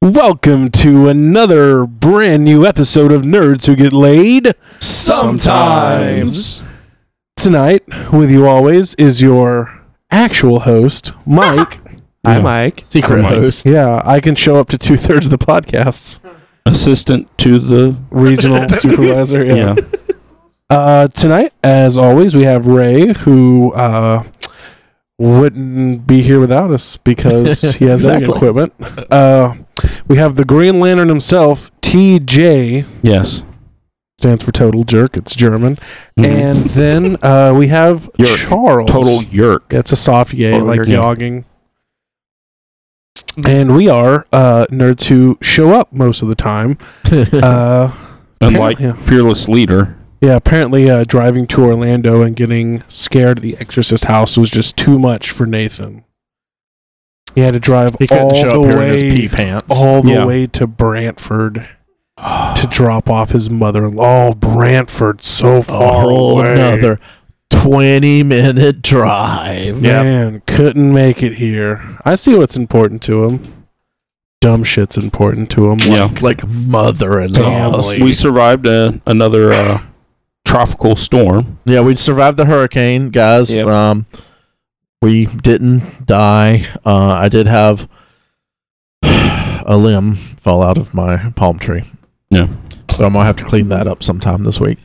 Welcome to another brand new episode of Nerds Who Get Laid Sometimes. Tonight, with you always, is your actual host, Mike. Hi, Mike. secret Mike. host. yeah, I can show up to two thirds of the podcasts. Assistant to the Regional supervisor. Yeah. yeah. Uh, tonight, as always, we have Ray, who uh, wouldn't be here without us because he has Exactly. exactly. equipment. Uh, we have the Green Lantern himself, TJ, yes. stands for Total Jerk. It's German. Mhm. Mm-hmm. And then uh, we have Yerk. Charles. Total yerk. That's a soft yay, Total like Jerk. yogging. And we are uh, nerds who show up most of the time. Uh-huh. Uh, Unlike apparently- fearless leader. Yeah, apparently uh, driving to Orlando and getting scared at the Exorcist house was just too much for Nathan. He had to drive he couldn't all show up the here in his way, pee pants. all the Yeah. way to Brantford to drop off his mother-in-law. Oh, Brantford, so a far whole away. another twenty minute drive. Yeah. Man, couldn't make it here. I see what's important to him. Dumb shit's important to him. Yeah. Like mother in law. Family. We survived uh another uh, tropical storm. Yeah, we survived the hurricane, guys. Yep. Um, we didn't die. Uh, I did have a limb fall out of my palm tree. Yeah. But I'm gonna have to clean that up sometime this week.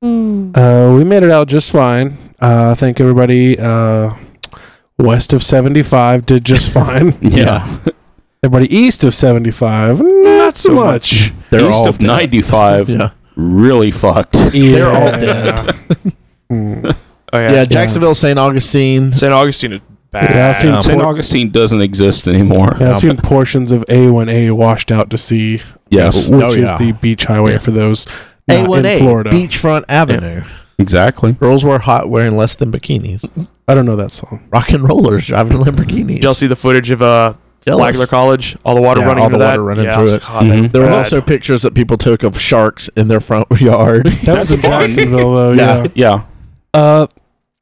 Uh, we made it out just fine. Uh, I think everybody uh, west of 75 did just fine. Yeah. Everybody east of 75, not so much. They're East all of dead. 95 Yeah. really fucked. They're all dead. Mm. Oh yeah, yeah. Jacksonville, St. Augustine. St. Augustine is bad. Yeah, I've seen Um, St. Port- Augustine doesn't exist anymore. yeah, I've seen portions of A1A washed out to sea, Yes. which Oh, yeah. is the beach highway Yeah. for those not in A1A, Florida. Beachfront Avenue. Exactly. Girls wear hot wearing less than bikinis. I don't know that song. Rock and rollers driving Lamborghinis. Did y'all see the footage of uh, Jealous. Flagler College? All the water Yeah, running all into the that. water running yeah, through I was it. Mm-hmm. like, God, that- Mhm. There were bad. also pictures that people took of sharks in their front yard. That was in fun. Jacksonville, though. Yeah. Yeah. Yeah. Uh,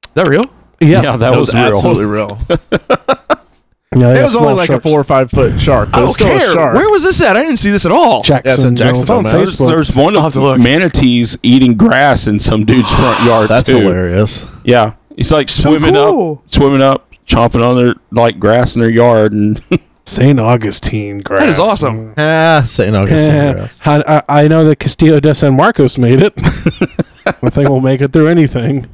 Is that real? yeah. Yeah, yeah. that, was, real. absolutely real. they It got was only small like sharks. a four or five foot shark, but I it's don't still a care. shark. Where was this at? I didn't see this at all. Jacksonville. it's on Jacksonville, man. Facebook. There's one of to look. manatees eating grass in some dude's front yard. That's too. hilarious. Yeah, he's like swimming cool. up, swimming up, chomping on their like grass in their yard, and St. Augustine grass. is awesome. Ah, St. Augustine. Eh, grass. I, I I know that Castillo de San Marcos made it. I think we'll make it through anything.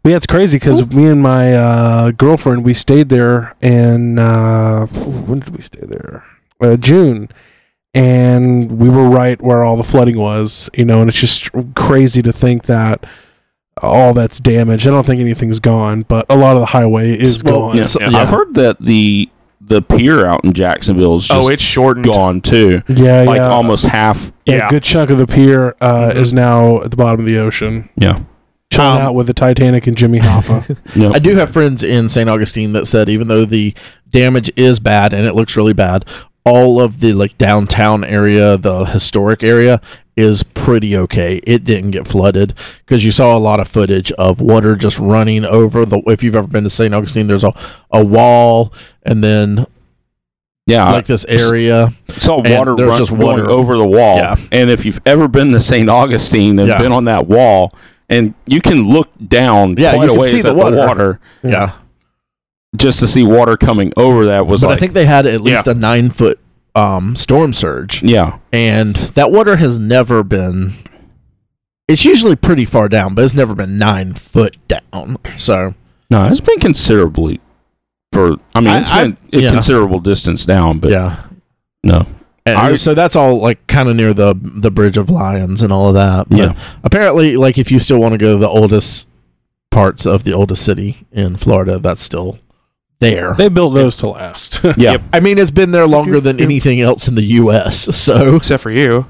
But yeah, it's crazy because me and my uh, girlfriend we stayed there in uh, when did we stay there? Uh, June, and we were right where all the flooding was. You know, and it's just crazy to think that all that's damaged. I don't think anything's gone, but a lot of the highway is Well, gone. yeah. Yeah. I've heard that the the pier out in Jacksonville is just Oh, it's shortened. gone too, Yeah, like yeah. almost Mm-hmm. half. A Yeah. good chunk of the pier uh, is now at the bottom of the ocean. Yeah, chilling Um, out with the Titanic and Jimmy Hoffa. yeah. I do have friends in St. Augustine that said even though the damage is bad and it looks really bad, all of the like downtown area, the historic area is pretty okay. It didn't get flooded because you saw a lot of footage of water just running over the if you've ever been to St. Augustine, there's a, a wall and then yeah. like this area. I saw and water there's run, just going water. over the wall, Yeah. and if you've ever been to St. Augustine and Yeah. been on that wall, and you can look down Yeah, quite you a can ways see the at water. the water yeah. just to see water coming over. That was but like, I think they had at least a nine foot um, storm surge, yeah, and that water has never been. It's usually pretty far down, but it's never been nine foot down. So No, it's been considerably for. I mean, I- it's I- been a yeah. considerable distance down, but yeah, no, and I- so that's all like kind of near the the Bridge of Lions and all of that. But Yeah. apparently, like if you still want to go to the oldest parts of the oldest city in Florida, that's still there. they built those to last. yeah, Yep. I mean, it's been there longer than anything else in the U.S. So Except for you.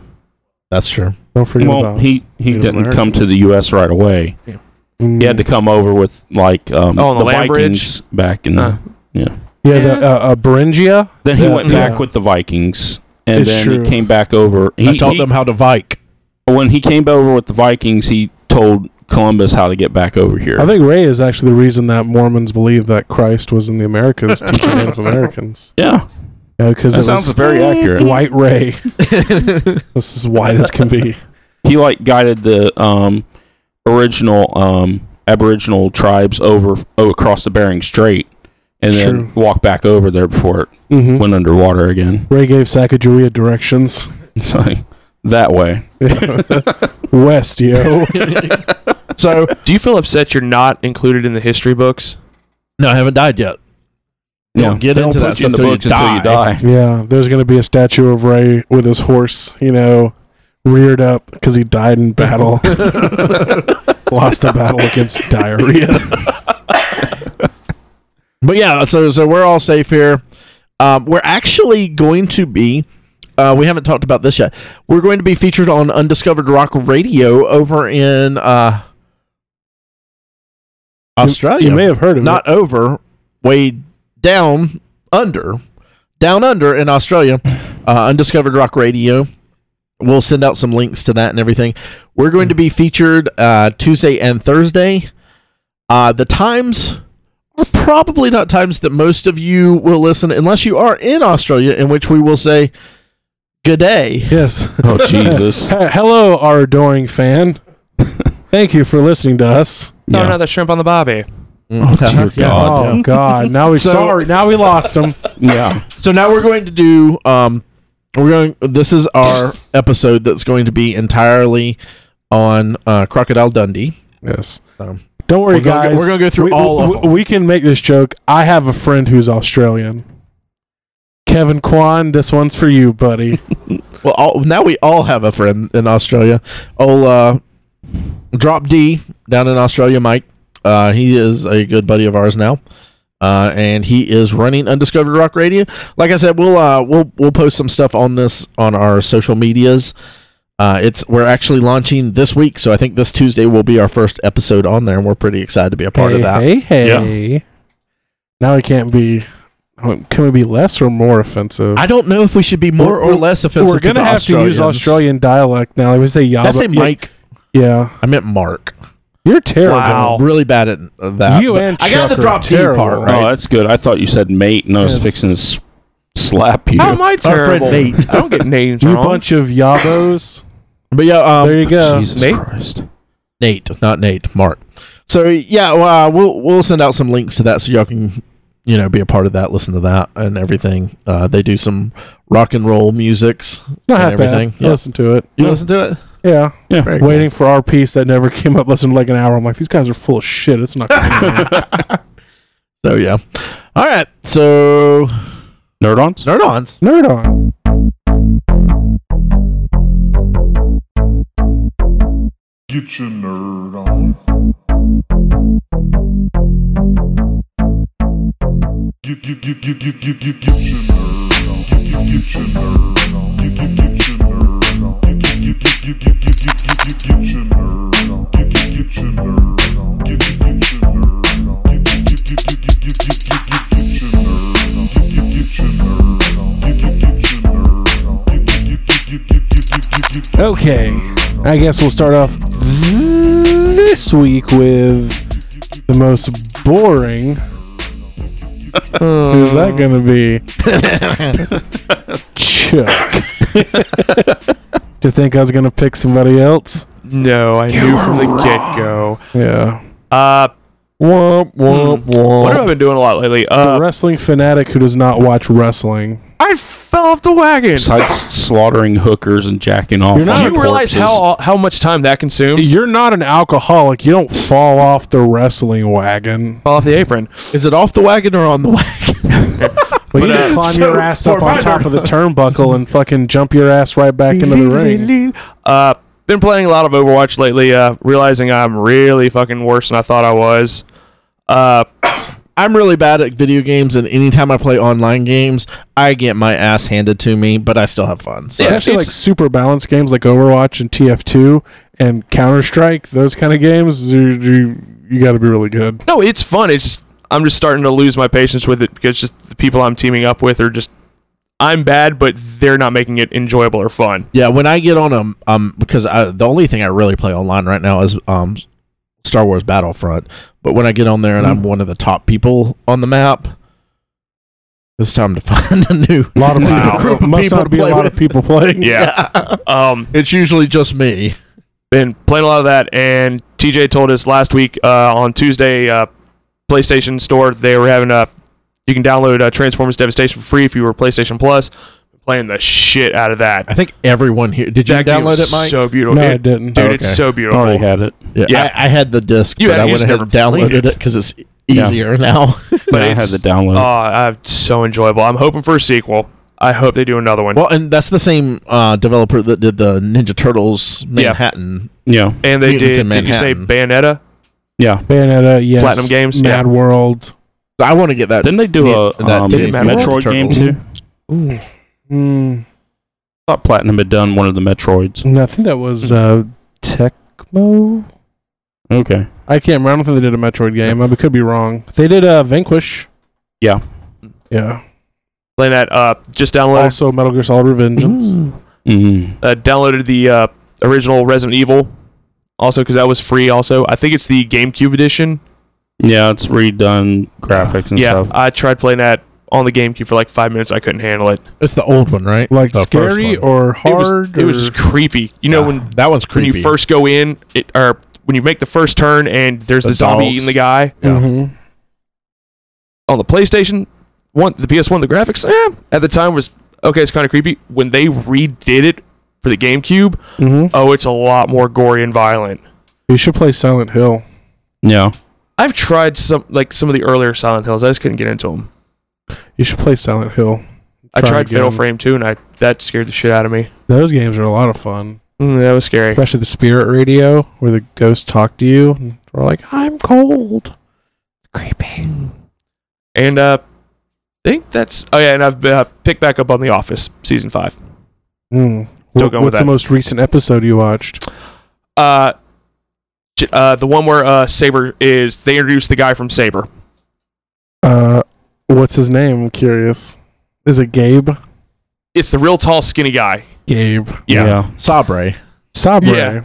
that's true. Don't forget Well, about he he Native didn't American. come to the U.S. right away. Mm. He had to come over with like um, Oh, on the land Vikings back in. Huh. The, yeah. yeah, the uh, uh, Beringia. Then he Yeah, went yeah. back with the Vikings, and It's then true. he came back over. He, I taught he- them how to vike. when he came over with the Vikings. He told Columbus how to get back over here. I think Ray is actually the reason that Mormons believe that Christ was in the Americas teaching Native Americans. yeah, because That it sounds was very accurate. white ray. this is white as can be. he like guided the um, original um, Aboriginal tribes over oh, across the Bering Strait, and True. then walked back over there before it hmm went underwater again. Ray gave Sacagawea directions It's like, that way, west, yo. so Do you feel upset you're not included in the history books? no, I haven't died yet. You don't get They into put that you in the stuff till you books until you die. die. yeah, there's gonna be a statue of Ray with his horse, you know, reared up because he died in battle, lost the battle against diarrhea. But yeah, so so we're all safe here. Um, we're actually going to be. Uh, we haven't talked about this yet. We're going to be featured on Undiscovered Rock Radio over in uh, Australia. You may have heard of not over, way down under, down under in Australia. Uh, Undiscovered Rock Radio. We'll send out some links to that and everything. We're going to be featured uh, Tuesday and Thursday. Uh, the times are probably not times that most of you will listen, unless you are in Australia, in which we will say good day. it. Yes. Oh Jesus! He- Hello, our adoring fan. Thank you for listening to us. No, Yeah. Oh, no, that's shrimp on the bobby. Oh, dear God. Oh God! Now we So- sorry. Now we lost him. yeah, So now we're going to do um we're going this is our episode that's going to be entirely on uh, Crocodile Dundee. Yes. Um, Don't worry, we're gonna go- guys. we're gonna go through we, all of we, them. We can make this joke. I have a friend who's Australian. Kevin Kwan, this one's for you, buddy. Well, all, now we all have a friend in Australia. Oh, uh, Drop D down in Australia, Mike. Uh, he is a good buddy of ours now, uh, and he is running Undiscovered Rock Radio. Like I said, we'll uh, we'll we'll post some stuff on this on our social medias. Uh, it's we're actually launching this week, so I think this Tuesday will be our first episode on there, and we're pretty excited to be a part hey, of that. Hey, hey. Now we can't be. Can we be less or more offensive? I don't know if we should be more We're- or less offensive. We're gonna to the have to use Australians. Australian dialect now. Like we say, Did I yabba. say Yeah, Mike? Yeah, I meant Mark. you're terrible. Wow. I'm really bad at that. You but and I got Chuck the are drop T terrible. part right. oh that's good. I thought you said mate, and I was Yes. fixing to s- slap you. How am I terrible? Nate. I don't get names You wrong. bunch of yabos. But yeah, um, there you go. Oh, Jesus Mate? Christ! Nate, not Nate, Mark. So yeah, well, uh, we'll we'll send out some links to that so y'all can you know be a part of that, listen to that and everything. Uh, they do some rock and roll musics. Not and half bad. everything, yeah. Listen to it. You listen to it? Yeah. Yeah. Very good. Waiting for our piece that never came up. Listened to like an hour. I'm like, these guys are full of shit. It's not. Coming out. So yeah. All right. So Nerdons. nerd ons. Nerd on. Get your nerd on. Get, get, get, get, get, get, get, get your nerd on. Get, get, get your nerd on. Get, get, get your nerd on. Get, get, get, get, get, get, get, get, get, get, get your nerd on. Get, get, get your nerd on. Get, get, get your nerd on. Get, get, get, get, get, get, get, get, get, get, get your nerd on. Get, get, get your nerd on. Get, get, get your nerd on. Get, get, get, get, get, get, get, get, get, get, get Okay. I guess we'll start off this week with the most boring. Who's that going to be? Chuck. Do you think I was going to pick somebody else? No, I knew from the get go. Yeah. Uh, Womp, womp, womp. what have I been doing a lot lately? a Uh, wrestling fanatic who does not watch wrestling. I fell off the wagon. Besides slaughtering hookers and jacking off. You're not- on Do you their realize corpses. how how much time that consumes? You're not an alcoholic. You don't fall off the wrestling wagon. fall off the apron. Is it off the wagon or on the wagon? But, you But, can uh, climb so your ass up for on my top of the turnbuckle and fucking jump your ass right back into the ring. Uh, been playing a lot of Overwatch lately. Uh, realizing I'm really fucking worse than I thought I was. Uh, I'm really bad at video games, and anytime I play online games, I get my ass handed to me, but I still have fun. So. Yeah, Especially like it's- super balanced games like Overwatch and TF2 and Counter Strike, those kind of games, you, you, you got to be really good. no, it's fun. It's just I'm just starting to lose my patience with it because just the people I'm teaming up with are just I'm bad, but they're not making it enjoyable or fun. Yeah, when I get on um um because I, the only thing I really play online right now is um Star Wars Mm-hmm. Battlefront. But when I get on there and I'm one of the top people on the map, It's time to find a new. A lot of Wow. people. Group of must people not be a play lot with. of people playing. Yeah. um, It's usually just me. been playing a lot of that, and TJ told us last week uh, on Tuesday, uh, PlayStation Store they were having a. You can download uh, Transformers Devastation for free if you were PlayStation Plus. Playing the shit out of that. I think everyone here. Did you That game download was it, Mike? So beautiful. No, It- I didn't. Dude, Oh, it's okay. so I beautiful. already had it. yeah, yeah. I, I had the disc, You but had- I you went just ahead never and downloaded played it because it's easier now. But I had it's- the download. Oh, uh, so enjoyable. I'm hoping for a sequel. I hope they do another one. well, and that's the same uh, developer that did the Ninja Turtles Yeah. Manhattan. yeah, and they Mutants did. in Did you say Bayonetta? yeah. Bayonetta, yes. Platinum Games, Mad World. I want to get that. Didn't they do a Yeah, that um, too. Metroid Turtles. game too? Ooh. Mm. I thought Platinum had done one of the Metroids. No, I think that was uh, Tecmo. Okay. I can't remember. I don't think they did a Metroid game. I could be wrong. They did uh, Vanquish. Yeah. Yeah. Playing that. Uh, just downloaded. Also, Metal Gear Solid Revengeance. Mm. uh, downloaded the uh, original Resident Evil, also because that was free. Also, I think it's the GameCube edition. Yeah, it's redone graphics and yeah, stuff. I tried playing that on the GameCube for like five minutes. I couldn't handle it. It's the old one, right? Like The first scary one. or It was, hard? it was or- just creepy. You know Yeah, when that one's when Ah, creepy. you first go in, it or when you make the first turn and there's the, The zombie dogs. eating the guy yeah. Mhm. on the PlayStation. One the PS1, the graphics eh, at the time was okay. It's kind of creepy. When they redid it for the GameCube, Mhm. oh, it's a lot more gory and violent. You should play Silent Hill. Yeah. I've tried some like some of the earlier Silent Hills. I just couldn't get into them. You should play Silent Hill. I Try tried again. Fatal Frame too, and I that scared the shit out of me. Those games are a lot of fun, Mm, that was scary. especially the Spirit Radio, where the ghosts talk to you. And we're like, I'm cold. Creepy. And uh, I think that's oh yeah, and I've uh, picked back up on The Office season five. Mm. Still What, going with what's the that. most recent episode you watched? Uh, j- uh, the one where uh Saber is they introduced the guy from Saber. Uh, what's his name? I'm curious. Is it Gabe? It's the real tall, skinny guy. Gabe. Yeah, Sabre. Sabre. Yeah.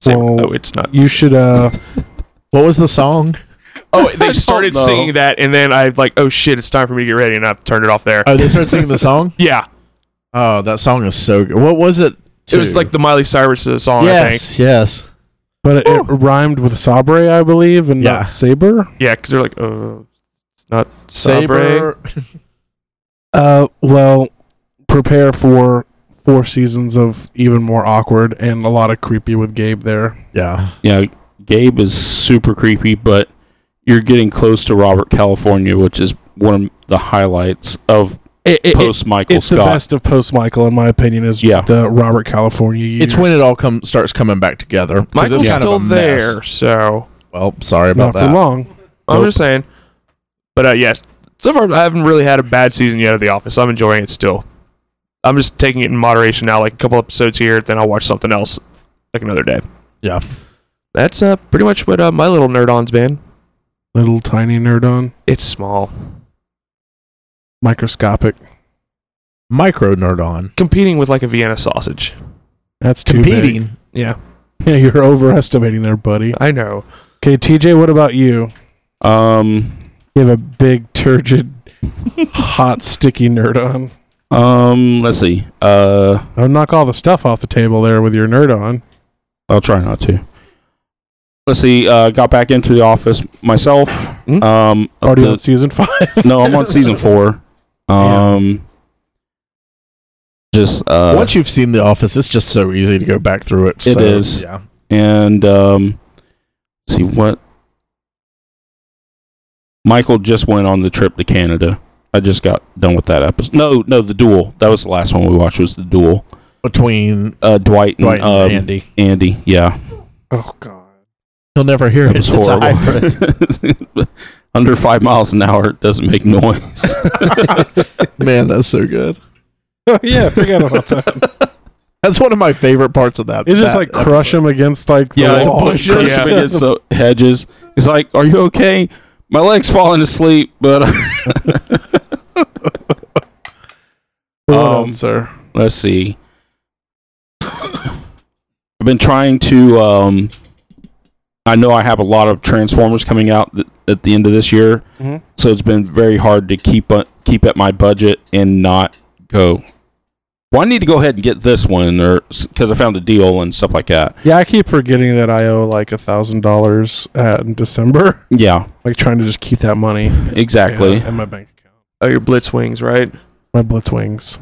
Saber. Well- oh, it's not. You should uh What was the song? Oh, they started know. singing that, and then I like, oh shit, it's time for me to get ready, and I turned it off there. Oh, they started singing the song. yeah, Oh, that song is so good. What was it? it was too? like the Miley Cyrus uh, song. I think. yes, yes. but it, it rhymed with Sabre, I believe, and Yeah. not Saber. Yeah, because they're like, oh, it's not Saber. Saber. Uh well, prepare for four seasons of even more awkward and a lot of creepy with Gabe there. Yeah, Yeah. Gabe is super creepy, but you're getting close to Robert California, which is one of the highlights of It, it- post Michael it's the Scott. best of post Michael in my opinion is Yeah. the Robert California years. it's when it all come starts coming back together. 'cause Michael's it's kind still of a mess. there, so Well, sorry not about for that. long. I'm Nope. just saying. But uh, yes, so far I haven't really had a bad season yet of The Office. I'm enjoying it still. I'm just taking it in moderation now, like a couple episodes here, then I'll watch something else, like another day. Yeah. That's uh, pretty much what uh, my little nerd on's been. Little tiny nerd on. It's small, Microscopic. Micro nerd on competing with like a Vienna sausage. That's too big. competing. Yeah, Yeah, you're overestimating there, buddy. I know. Okay, TJ, what about you? Um, You have a big turgid hot sticky nerd on. um, let's see. Uh, Don't knock all the stuff off the table there with your nerd on. I'll try not to. Let's see. Uh, got back into the office myself. Hmm? Um, of Already the- on season five. no, I'm on season four. Um, just uh, Once you've seen The Office, it's just so easy to go back through it. It so, is. Yeah. and um, let's see what Michael just went on the trip to Canada. I just got done with that episode. No, no, the duel. That was the last one we watched. Was the duel? Between Uh, Dwight and, Dwight and um, Andy. Andy, Yeah, Oh God. he'll never hear that it. was It's a hybrid. horrible. Under five miles an hour doesn't make noise. Man, that's so good. yeah, forget about that. That's one of my favorite parts of that. It's just that like crush episode. him against like the yeah, wall. pushes him Yeah. against the hedges. He's like, "Are you okay? My leg's falling asleep." But What Um, else, sir? let's see. I've been trying to. Um, I know I have a lot of Transformers coming out th- at the end of this year. Mm-hmm. So it's been very hard to keep uh, keep at my budget and not go. Well, I need to go ahead and get this one, or because I found a deal and stuff like that. Yeah, I keep forgetting that I owe like a thousand dollars in December. Yeah, Like trying to just keep that money in- exactly. in my bank account. Oh, your Blitz Wings, right? My Blitzwings.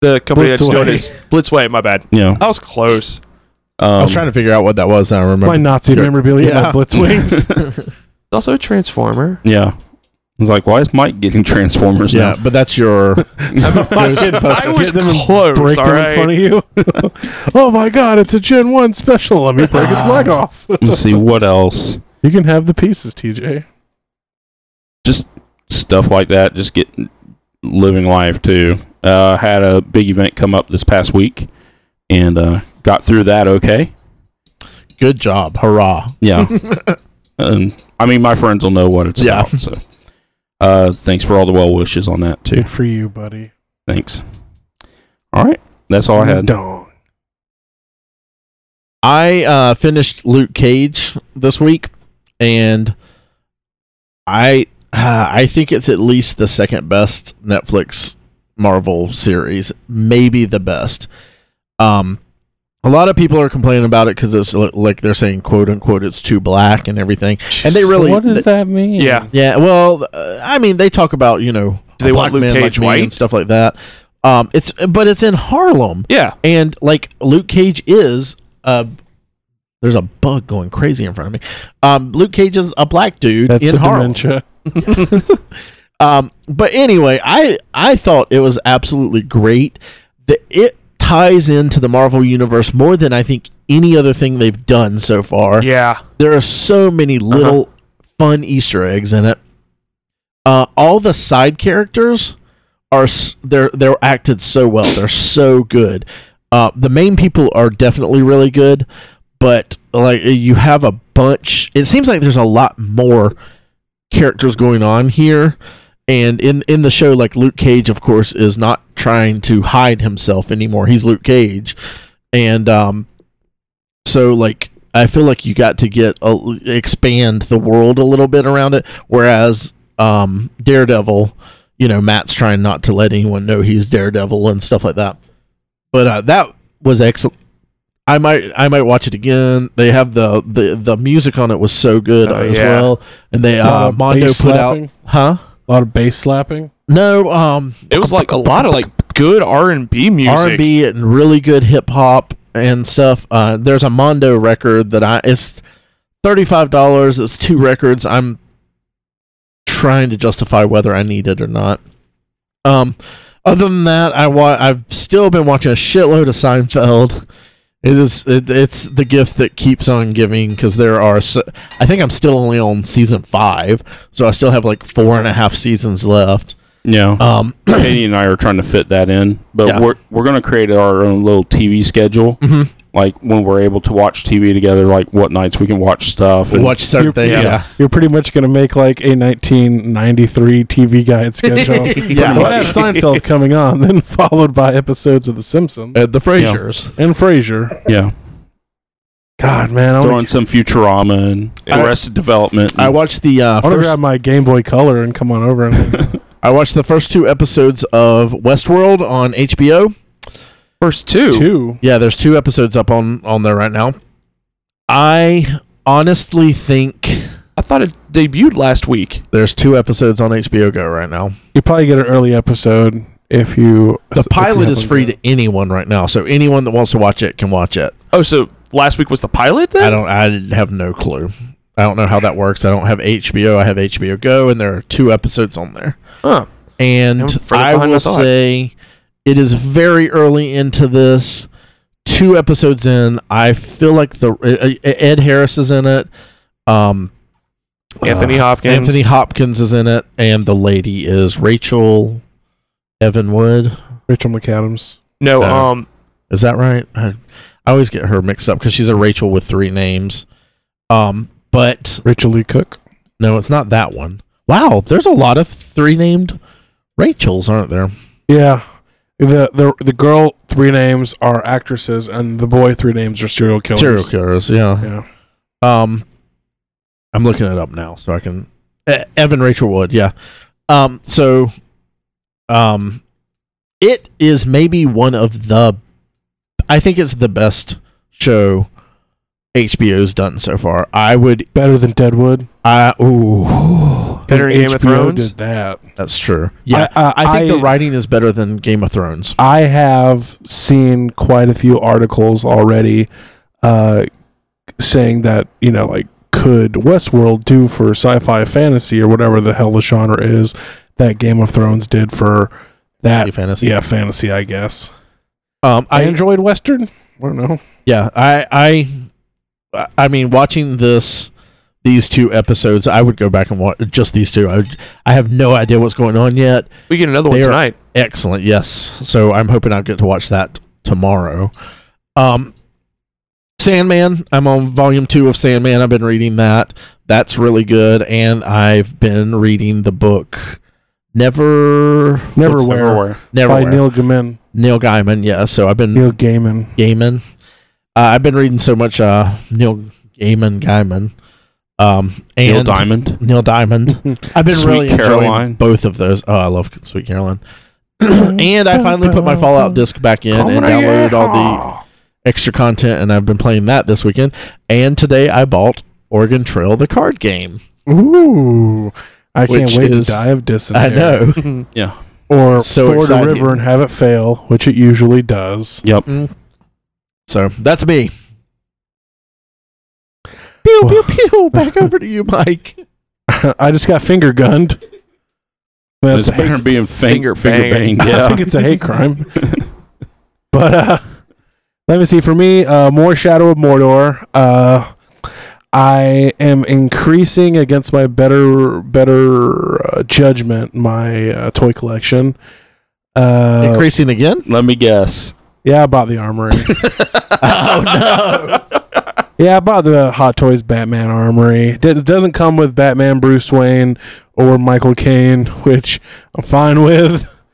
The company that's doing Blitzway. this. Blitzway, my bad. Yeah, I was close. um, I was trying to figure out what that was. And I remember. My Nazi Your- memorabilia. My Yeah. Blitzwings. Also a Transformer. Yeah, I was like, why is Mike getting Transformers yeah, now? but that's your. I was close. break all them right. in front of you. oh my God! It's a Gen One special. Let me break its leg off. Let's see what else. You can have the pieces, TJ. Just stuff like that. Just get living life too. Uh, had a big event come up this past week, and uh, got through that okay. Good job. Hurrah. Yeah. um, I mean, my friends will know what it's Yeah. about. So, uh, thanks for all the well wishes on that too. Good for you, buddy. Thanks. All right, that's all I had. Dong. I uh, finished Luke Cage this week, and I uh, I think it's at least the second best Netflix Marvel series, maybe the best. Um, a lot of people are complaining about it because it's li- like they're saying "quote unquote" it's too black and everything, and they really What does that mean? Yeah. yeah, well, uh, I mean, they talk about you know Do they a black want Luke man Cage like me white? and stuff like that. Um, it's but it's in Harlem, Yeah. and like Luke Cage is uh there's a bug going crazy in front of me. Um Luke Cage is a black dude That's in the Harlem. dementia. Um but anyway, I I thought it was absolutely great that it ties into the Marvel universe more than I think any other thing they've done so far Yeah. there are so many little fun Easter eggs in it. Uh, all the side characters are s- they're they're acted so well. They're so good. Uh, the main people are definitely really good, but like you have a bunch. It seems like there's a lot more characters going on here. And in, in the show, like Luke Cage, of course, is not trying to hide himself anymore. He's Luke Cage, and um, so like I feel like you got to get a, expand the world a little bit around it. Whereas um, Daredevil, you know, Matt's trying not to let anyone know he's Daredevil and stuff like that. But uh, that was excellent. I might I might watch it again. They have the the, the music on it was so good Oh, as yeah. well, and they uh, Lot of Mondo put bass out slapping. huh. A lot of bass slapping. No, um, It was like a lot of like good R and B music. R and B and really good hip hop and stuff. Uh, there's a Mondo record that I it's thirty five dollars. It's two records. I'm trying to justify whether I need it or not. Um, other than that, I wa- I've still been watching a shitload of Seinfeld. It is it, it's the gift that keeps on giving because there are so, I think I'm still only on season five, so I still have like four and a half seasons left. Yeah, Um, Katie and I are trying to fit that in, but Yeah. we're we're gonna create our own little TV schedule. Mhm. Like when we're able to watch TV together, like what nights we can watch stuff. and- watch certain things. yeah. yeah. You're pretty much going to make like a 1993 TV guide schedule. Yeah. We'll have Seinfeld coming on, then followed by episodes of The Simpsons Uh, the Frasers. and Frasier. Yeah, God, man, I throw want in some Futurama and Yeah. Arrested Development. I watched the uh, to first. grab my Game Boy Color and come on over and I watched the first two episodes of Westworld on HBO. First two. two. Yeah, there's two episodes up on on there right now. I honestly think I thought it debuted last week. there's two episodes on HBO Go right now. You probably get an early episode if you. The if you pilot is haven't free read to anyone right now, so anyone that wants to watch it can watch it. Oh, so last week was the pilot then? I don't. I have no clue. I don't know how that works. I don't have HBO. I have HBO Go, and there are two episodes on there. Huh. And I'm further I behind than I will thought. say it is very early into this. Two episodes in, I feel like the uh, uh, Ed Harris is in it. Um, Anthony uh, Hopkins. Anthony Hopkins is in it, and the lady is Rachel Evan Wood. Rachel McAdams. No, No. um Is that right? I, I always get her mixed up because she's a Rachel with three names. Um, but Rachel Lee Cook. no, it's not that one. Wow, there's a lot of three named Rachels, aren't there? Yeah. The, the the girl three names are actresses and the boy three names are serial killers. Serial killers, yeah. Yeah. Um, I'm looking it up now so I can. E- Evan Rachel Wood, yeah. Um, so, um, it is maybe one of the. I think it's the best show HBO's done so far. I would. Better than Deadwood. I ooh, 'Cause Better than Game of Thrones? Did that. that's true. Yeah, I, I, think the writing is better than Game of Thrones. I have seen quite a few articles already uh, saying that, you know, like, could Westworld do for sci fi fantasy or whatever the hell the genre is that Game of Thrones did for that? Fantasy. Yeah, fantasy, I guess. Um, I I enjoyed Western. I don't know. yeah i i i mean watching this these two episodes i would go back and watch just these two i would, i have no idea what's going on yet We get another one They are- tonight. excellent yes so i'm hoping i'll get to watch that tomorrow um sandman i'm on volume two of sandman i've been reading that that's really good and i've been reading the book never Never what's- Where? Everywhere. never By Where. Neil Gaiman. neil gaiman yeah so i've been Neil Gaiman. Gaiman. Uh, I've been reading so much uh, Neil Gaiman, Gaiman, um, and Neil Diamond. Neil Diamond. I've been Sweet really Caroline. enjoying both of those. Oh, I love Sweet Caroline. and I finally put my Fallout disc back in Oh and downloaded all the extra content, and I've been playing that this weekend. And today I bought Oregon Trail, the card game. Ooh. I can't Which wait is- to dive this in I there. know. Yeah. Or So ford exciting. a river and have it fail, which it usually does. Yep. Mm. so that's me. Pew pew pew. Back over to you, Mike. I just got finger gunned. That's That's a hate, better being finger Finger finger bang. bang. I think Yeah. it's a hate crime. but uh, let me see. For me, uh, more Shadow of Mordor. Uh, I am increasing against my better better uh, judgment my uh, toy collection. Uh, Increasing again. Let me guess. yeah, I bought the armory. Oh no. yeah, I bought the Hot Toys Batman armory. It doesn't come with Batman, Bruce Wayne, or Michael Caine, which I'm fine with.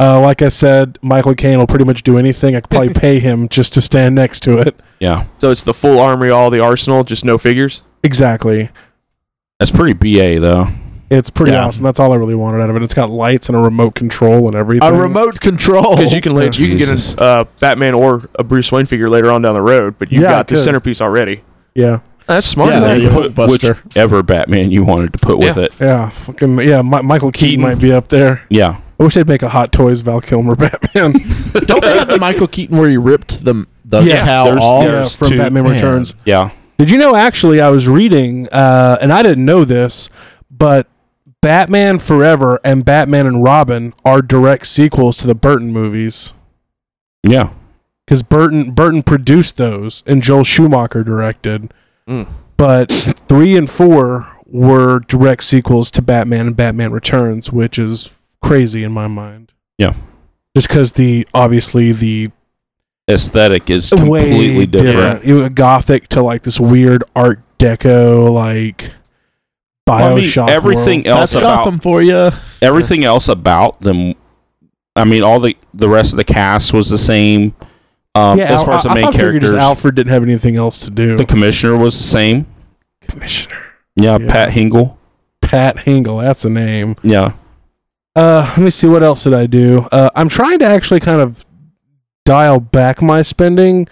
Uh, like I said, Michael Caine will pretty much do anything. I could probably pay him just to stand next to it. Yeah. So it's the full armory, all the arsenal, just no figures. Exactly. That's pretty BA though. It's pretty Yeah. awesome. That's all I really wanted out of it. It's got lights and a remote control and everything. a remote control. Because you can la- you can Jesus. get a uh, Batman or a Bruce Wayne figure later on down the road, but you've Yeah, I got the could. centerpiece already. Yeah. That's smart. Yeah, man. the Put Hulkbuster. whichever Batman you wanted to put with Yeah. it. Yeah. Fucking yeah, Mi- Michael Keaton, Keaton. might be up there. Yeah. I wish they'd make a Hot Toys Val Kilmer Batman. Don't they have the Michael Keaton where he ripped the the Yes, cow there's- off? yeah, from two- Batman man. Returns. Yeah. Did you know actually I was reading uh and I didn't know this, but Batman Forever and Batman and Robin are direct sequels to the Burton movies Yeah. cuz Burton Burton produced those and Joel Schumacher directed. Mm. But 3 and 4 were direct sequels to Batman and Batman Returns, which is crazy in my mind. Yeah. Just cuz the obviously the Aesthetic is way completely different. You went gothic to like this weird art deco like Well, I mean, Bioshock. everything world. else That's about Gotham for you. everything else about them i mean all the the rest of the cast was the same um, as I- far as the I, I main thought figured characters just Alfred didn't have anything else to do. the commissioner was the same commissioner, yeah, Yeah. pat hingle Pat Hingle, that's a name. yeah Uh-huh. Uh, let me see what else did I do. Uh, I'm trying to actually kind of dial back my spending,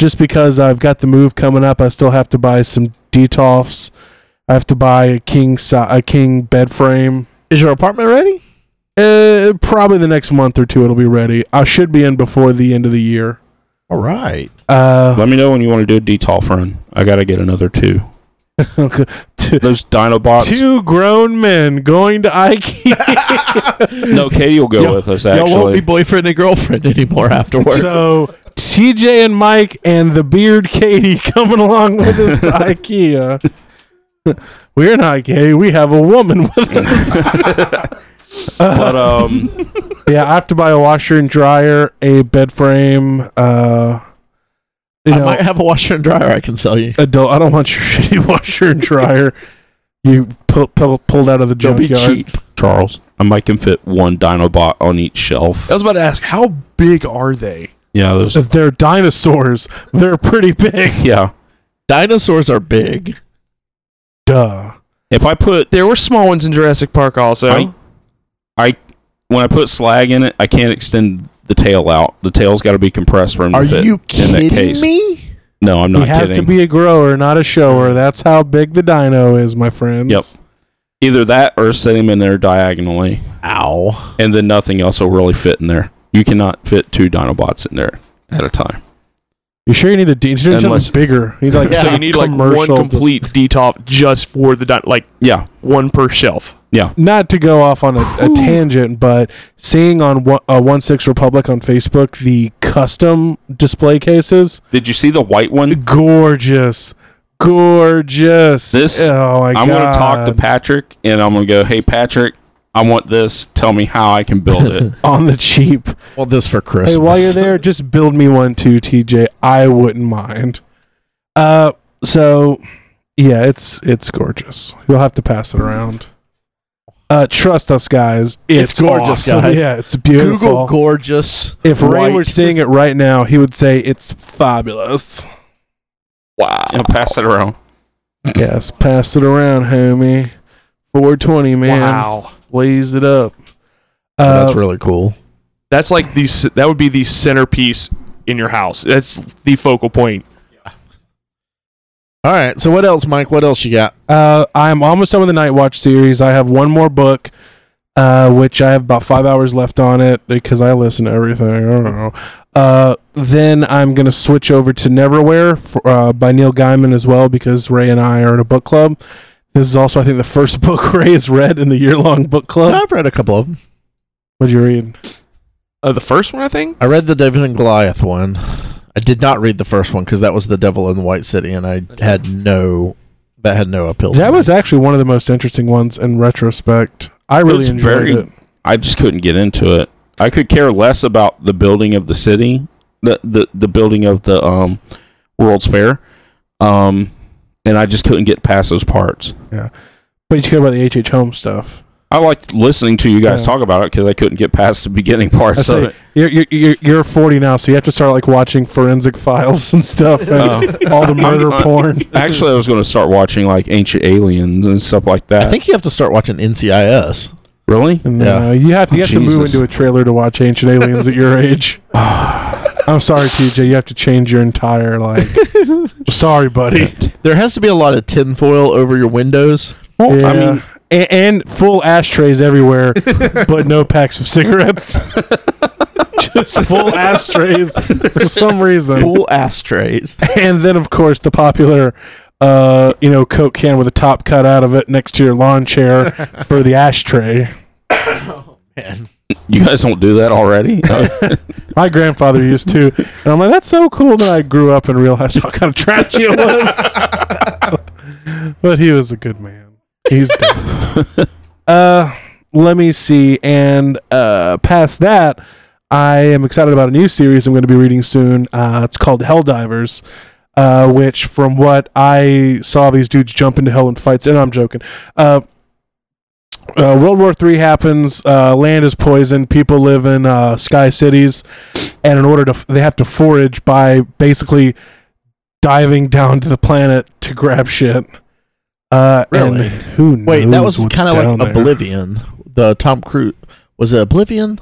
just because I've got the move coming up. I still have to buy some detolfs. I have to buy a king si- a king bed frame. Is your apartment ready? Uh, probably the next month or two it'll be ready. I should be in before the end of the year. All right. Uh, let me know when you want to do a detolf run i gotta get another two two, those dinobots two grown men going to IKEA. no katie will go Y'all- with us Y'all won't be actually boyfriend and girlfriend anymore afterwards. so TJ and Mike and the beard Katie coming along with us to IKEA. We're not gay. We have a woman with us. but um yeah, I have to buy a washer and dryer, a bed frame. Uh, you I know, might have a washer and dryer I can sell you. adult. I don't want your shitty washer and dryer. You pull, pull, pulled out of the They'll be junkyard. cheap. charles i might can fit one dinobot on each shelf I was about to ask, how big are they? yeah those If they're dinosaurs, they're pretty big. yeah Dinosaurs are big. Duh. If I put There were small ones in Jurassic Park also. I, I when I put slag in it, I can't extend the tail out. The tail's got to be compressed for him to Are fit you in that kidding case. me? No, I'm You not have kidding. to Mm. be a grower, not a shower. That's how big the dino is, my friends. Yep. Either that or set him in there diagonally, Ow. and then nothing else will really fit in there. You cannot fit two Dinobots in there at a time. You sure you need a D? You need Unless- something bigger. You need like so you some need like one commercial to- complete detop just for the di- like Yeah, one per shelf. yeah. not to go off on a, a tangent, but seeing on one, uh, one Six Republic on Facebook the custom display cases, Did you see the white one? Oh gorgeous, gorgeous. This- oh my I'm going to talk to God. Patrick, and I'm going to go, "Hey, Patrick, I want this. Tell me how I can build it." on the cheap. Well, this for Christmas. Hey, while you're there, just build me one too, TJ. I wouldn't mind. Uh, so yeah, it's it's gorgeous. You'll have to pass it around. Uh, trust us, guys. It's, It's gorgeous. gorgeous, guys. Yeah, it's beautiful. Google gorgeous. If Ray were white. seeing it right now, he would say it's fabulous. wow! I'll pass it around. yes, pass it around, homie. 420, man. Wow. Blaze it up. Oh, Uh, that's really cool. That's like the c- that would be the centerpiece in your house. That's the focal point. All right. So what else, Mike? What else you got? uh, I'm almost done with the Night Watch series. I have one more book, uh, which I have about five hours left on it because I listen to everything. I don't know. Uh, then I'm going to switch over to Neverwhere for, uh, by Neil Gaiman as well because Ray and I are in a book club. This is also, I think, the first book Ray has read in the year long book club. I've read a couple of them. What'd you read? Uh, the first one, I think. I read the David and Goliath one. I did not read the first one because that was the Devil in the White City, and I had no that had no appeal. to That me. was actually one of the most interesting ones in retrospect. I really It's enjoyed very- it. I just couldn't get into it. I could care less about the building of the city, the the, the building of the um, World's Fair, um, and I just couldn't get past those parts. But you care about the H.H. Holmes stuff. I liked listening to you guys Yeah. talk about it because I couldn't get past the beginning parts I of say it. you're, you're you're you're 40 now, so you have to start like watching forensic files and stuff and all the murder Oh. I'm- porn. Actually, I was going to start watching like Ancient Aliens and stuff like that. I think you have to start watching NCIS. really. No, uh, you have to you Oh, have to move Jesus. into a trailer to watch Ancient Aliens at your age. I'm sorry, TJ. You have to change your entire like. sorry, buddy. There has to be a lot of tinfoil over your windows. Well, Yeah. I mean, and, and full ashtrays everywhere, but no packs of cigarettes. Just full ashtrays for some reason. Cool ashtrays. And then, of course, the popular, uh, you know, Coke can with a top cut out of it next to your lawn chair for the ashtray. Man. you guys don't do that already. My grandfather used to, and I'm like, that's so cool that I grew up and realized how kind of trashy it was. but he was a good man. He's dead. uh, let me see. And uh, past that, I am excited about a new series I'm going to be reading soon. Uh, it's called Helldivers. Uh, which, from what I saw, these dudes jump into hell and fights. And I'm joking. Uh, uh, World War Three happens. Uh, land is poisoned. People live in uh, sky cities, and in order to, they have to forage by basically diving down to the planet to grab shit. Uh, and Really? who knows? Wait, that was what's kind of like down there. Oblivion. The Tom Cruise was it Oblivion?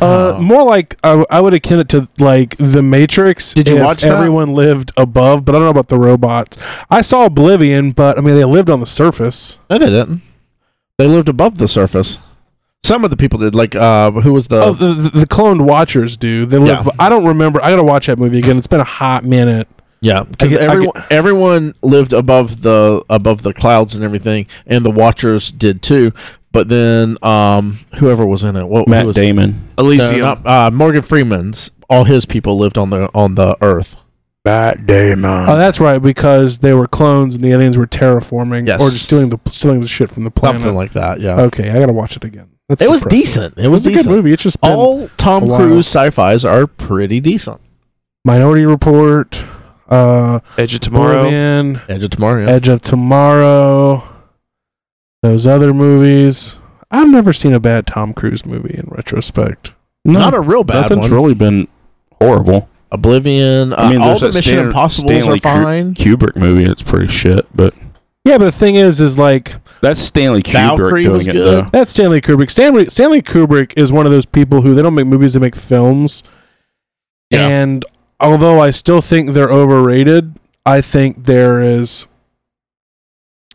Uh, Oh. More like I, I would akin it to like the Matrix. Did you if watch that? Everyone lived above, but I don't know about the robots. I saw Oblivion, but I mean they lived on the surface. No, they didn't. They lived above the surface. Some of the people did. Like, uh, who was the? Oh, the, the, the cloned Watchers do. They live. Yeah. I don't remember. I gotta watch that movie again. It's been a hot minute. yeah, 'cause I get- I get- everyone, everyone lived above the above the clouds and everything, and the Watchers did too. But then, um, whoever was in it, what who Matt was, Damon. no, Elysium. not- uh, Morgan Freeman's, all his people lived on the on the Earth. Matt Damon. Uh-huh. Oh, that's right, because they were clones and the aliens were terraforming Yes. or just stealing the stealing the shit from the planet. Something like that. Yeah, okay, I gotta watch it again. That's it was depressing. decent. It It was was a decent. good movie. It's just been All Tom a while. Cruise sci-fi's are pretty decent. Minority Report, uh, Edge of Tomorrow. Oblivion, Edge of Tomorrow. yeah. Edge of Tomorrow, those other movies. I've never seen a bad Tom Cruise movie in retrospect. No, Not a real bad nothing's one. really been horrible. Oblivion. Uh, I mean, all there's the that Mission Stan- Impossibles Stanley are fine. Kubrick movie. It's pretty shit, but Yeah, but the thing is, is like That's Stanley Kubrick Valkyrie doing was it, good. though. that's Stanley Kubrick. Stanley Stanley Kubrick is one of those people who they don't make movies; they make films. Yeah. And although I still think they're overrated, I think there is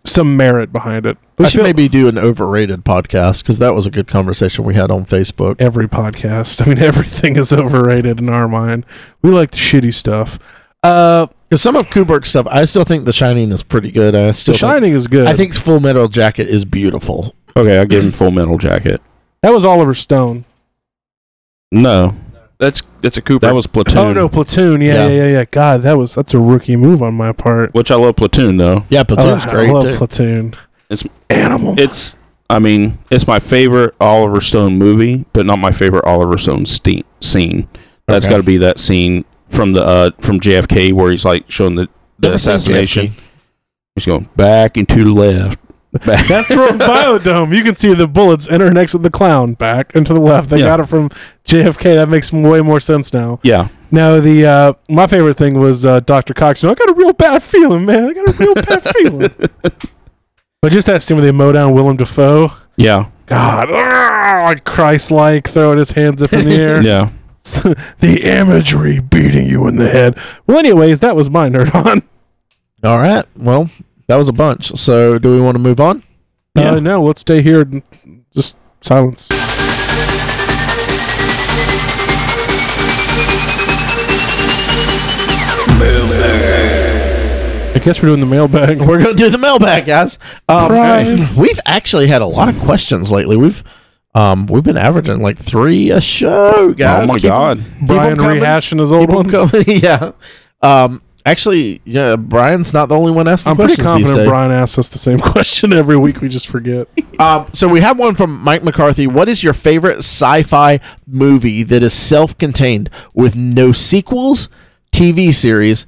some merit behind it. We I should feel- maybe do an overrated podcast because that was a good conversation we had on Facebook. every podcast. I mean, everything is overrated in our mind. We like the shitty stuff. Uh, 'Cause some of Kubrick's stuff, I still think The Shining is pretty good. I The still think- Shining is good. I think Full Metal Jacket is beautiful. Okay, I'll give him Full Metal Jacket. that was Oliver Stone. No, That's that's a Kubrick. that was Platoon. Oh no, Platoon. Yeah, yeah, Yeah. yeah, yeah. God, that was that's a rookie move on my part. Which I love Platoon, though. Yeah, I Platoon's love, I great. love too. Platoon. It's- animal. It's, I mean, it's my favorite Oliver Stone movie, but not my favorite Oliver Stone ste- scene. That's Okay. got to be that scene from the uh from JFK where he's like showing the, the Never seen assassination. JFK. He's going back and to the left. Back. That's from Biodome. You can see the bullets enter next to the clown, back and to the left. They Yeah. got it from JFK. That makes way more sense now. yeah. No, the uh, my favorite thing was uh, Doctor Cox. You know, I got a real bad feeling, man. I got a real bad feeling. But just that scene where they mow down Willem Dafoe. Yeah. God, Christ-like, throwing his hands up in the air. Yeah. the imagery beating you in the head. Well, anyways, that was my nerd on. All right. Well, that was a bunch. So, do we want to move on? Uh, Yeah. no, let's stay here and just silence. I guess we're doing the mailbag. We're going to do the mailbag, guys. Um, Surprise. We've actually had a lot of questions lately. We've um, we've been averaging like three a show, guys. oh my Keep 'em- God. keep 'em Brian coming. rehashing his Keep old 'em ones. coming. yeah. Um, actually, yeah. Brian's not the only one asking I'm pretty questions these confident days. Brian asks us the same question every week. We just forget. Um, so we have one from Mike McCarthy. What is your favorite sci-fi movie that is self-contained with no sequels, TV series,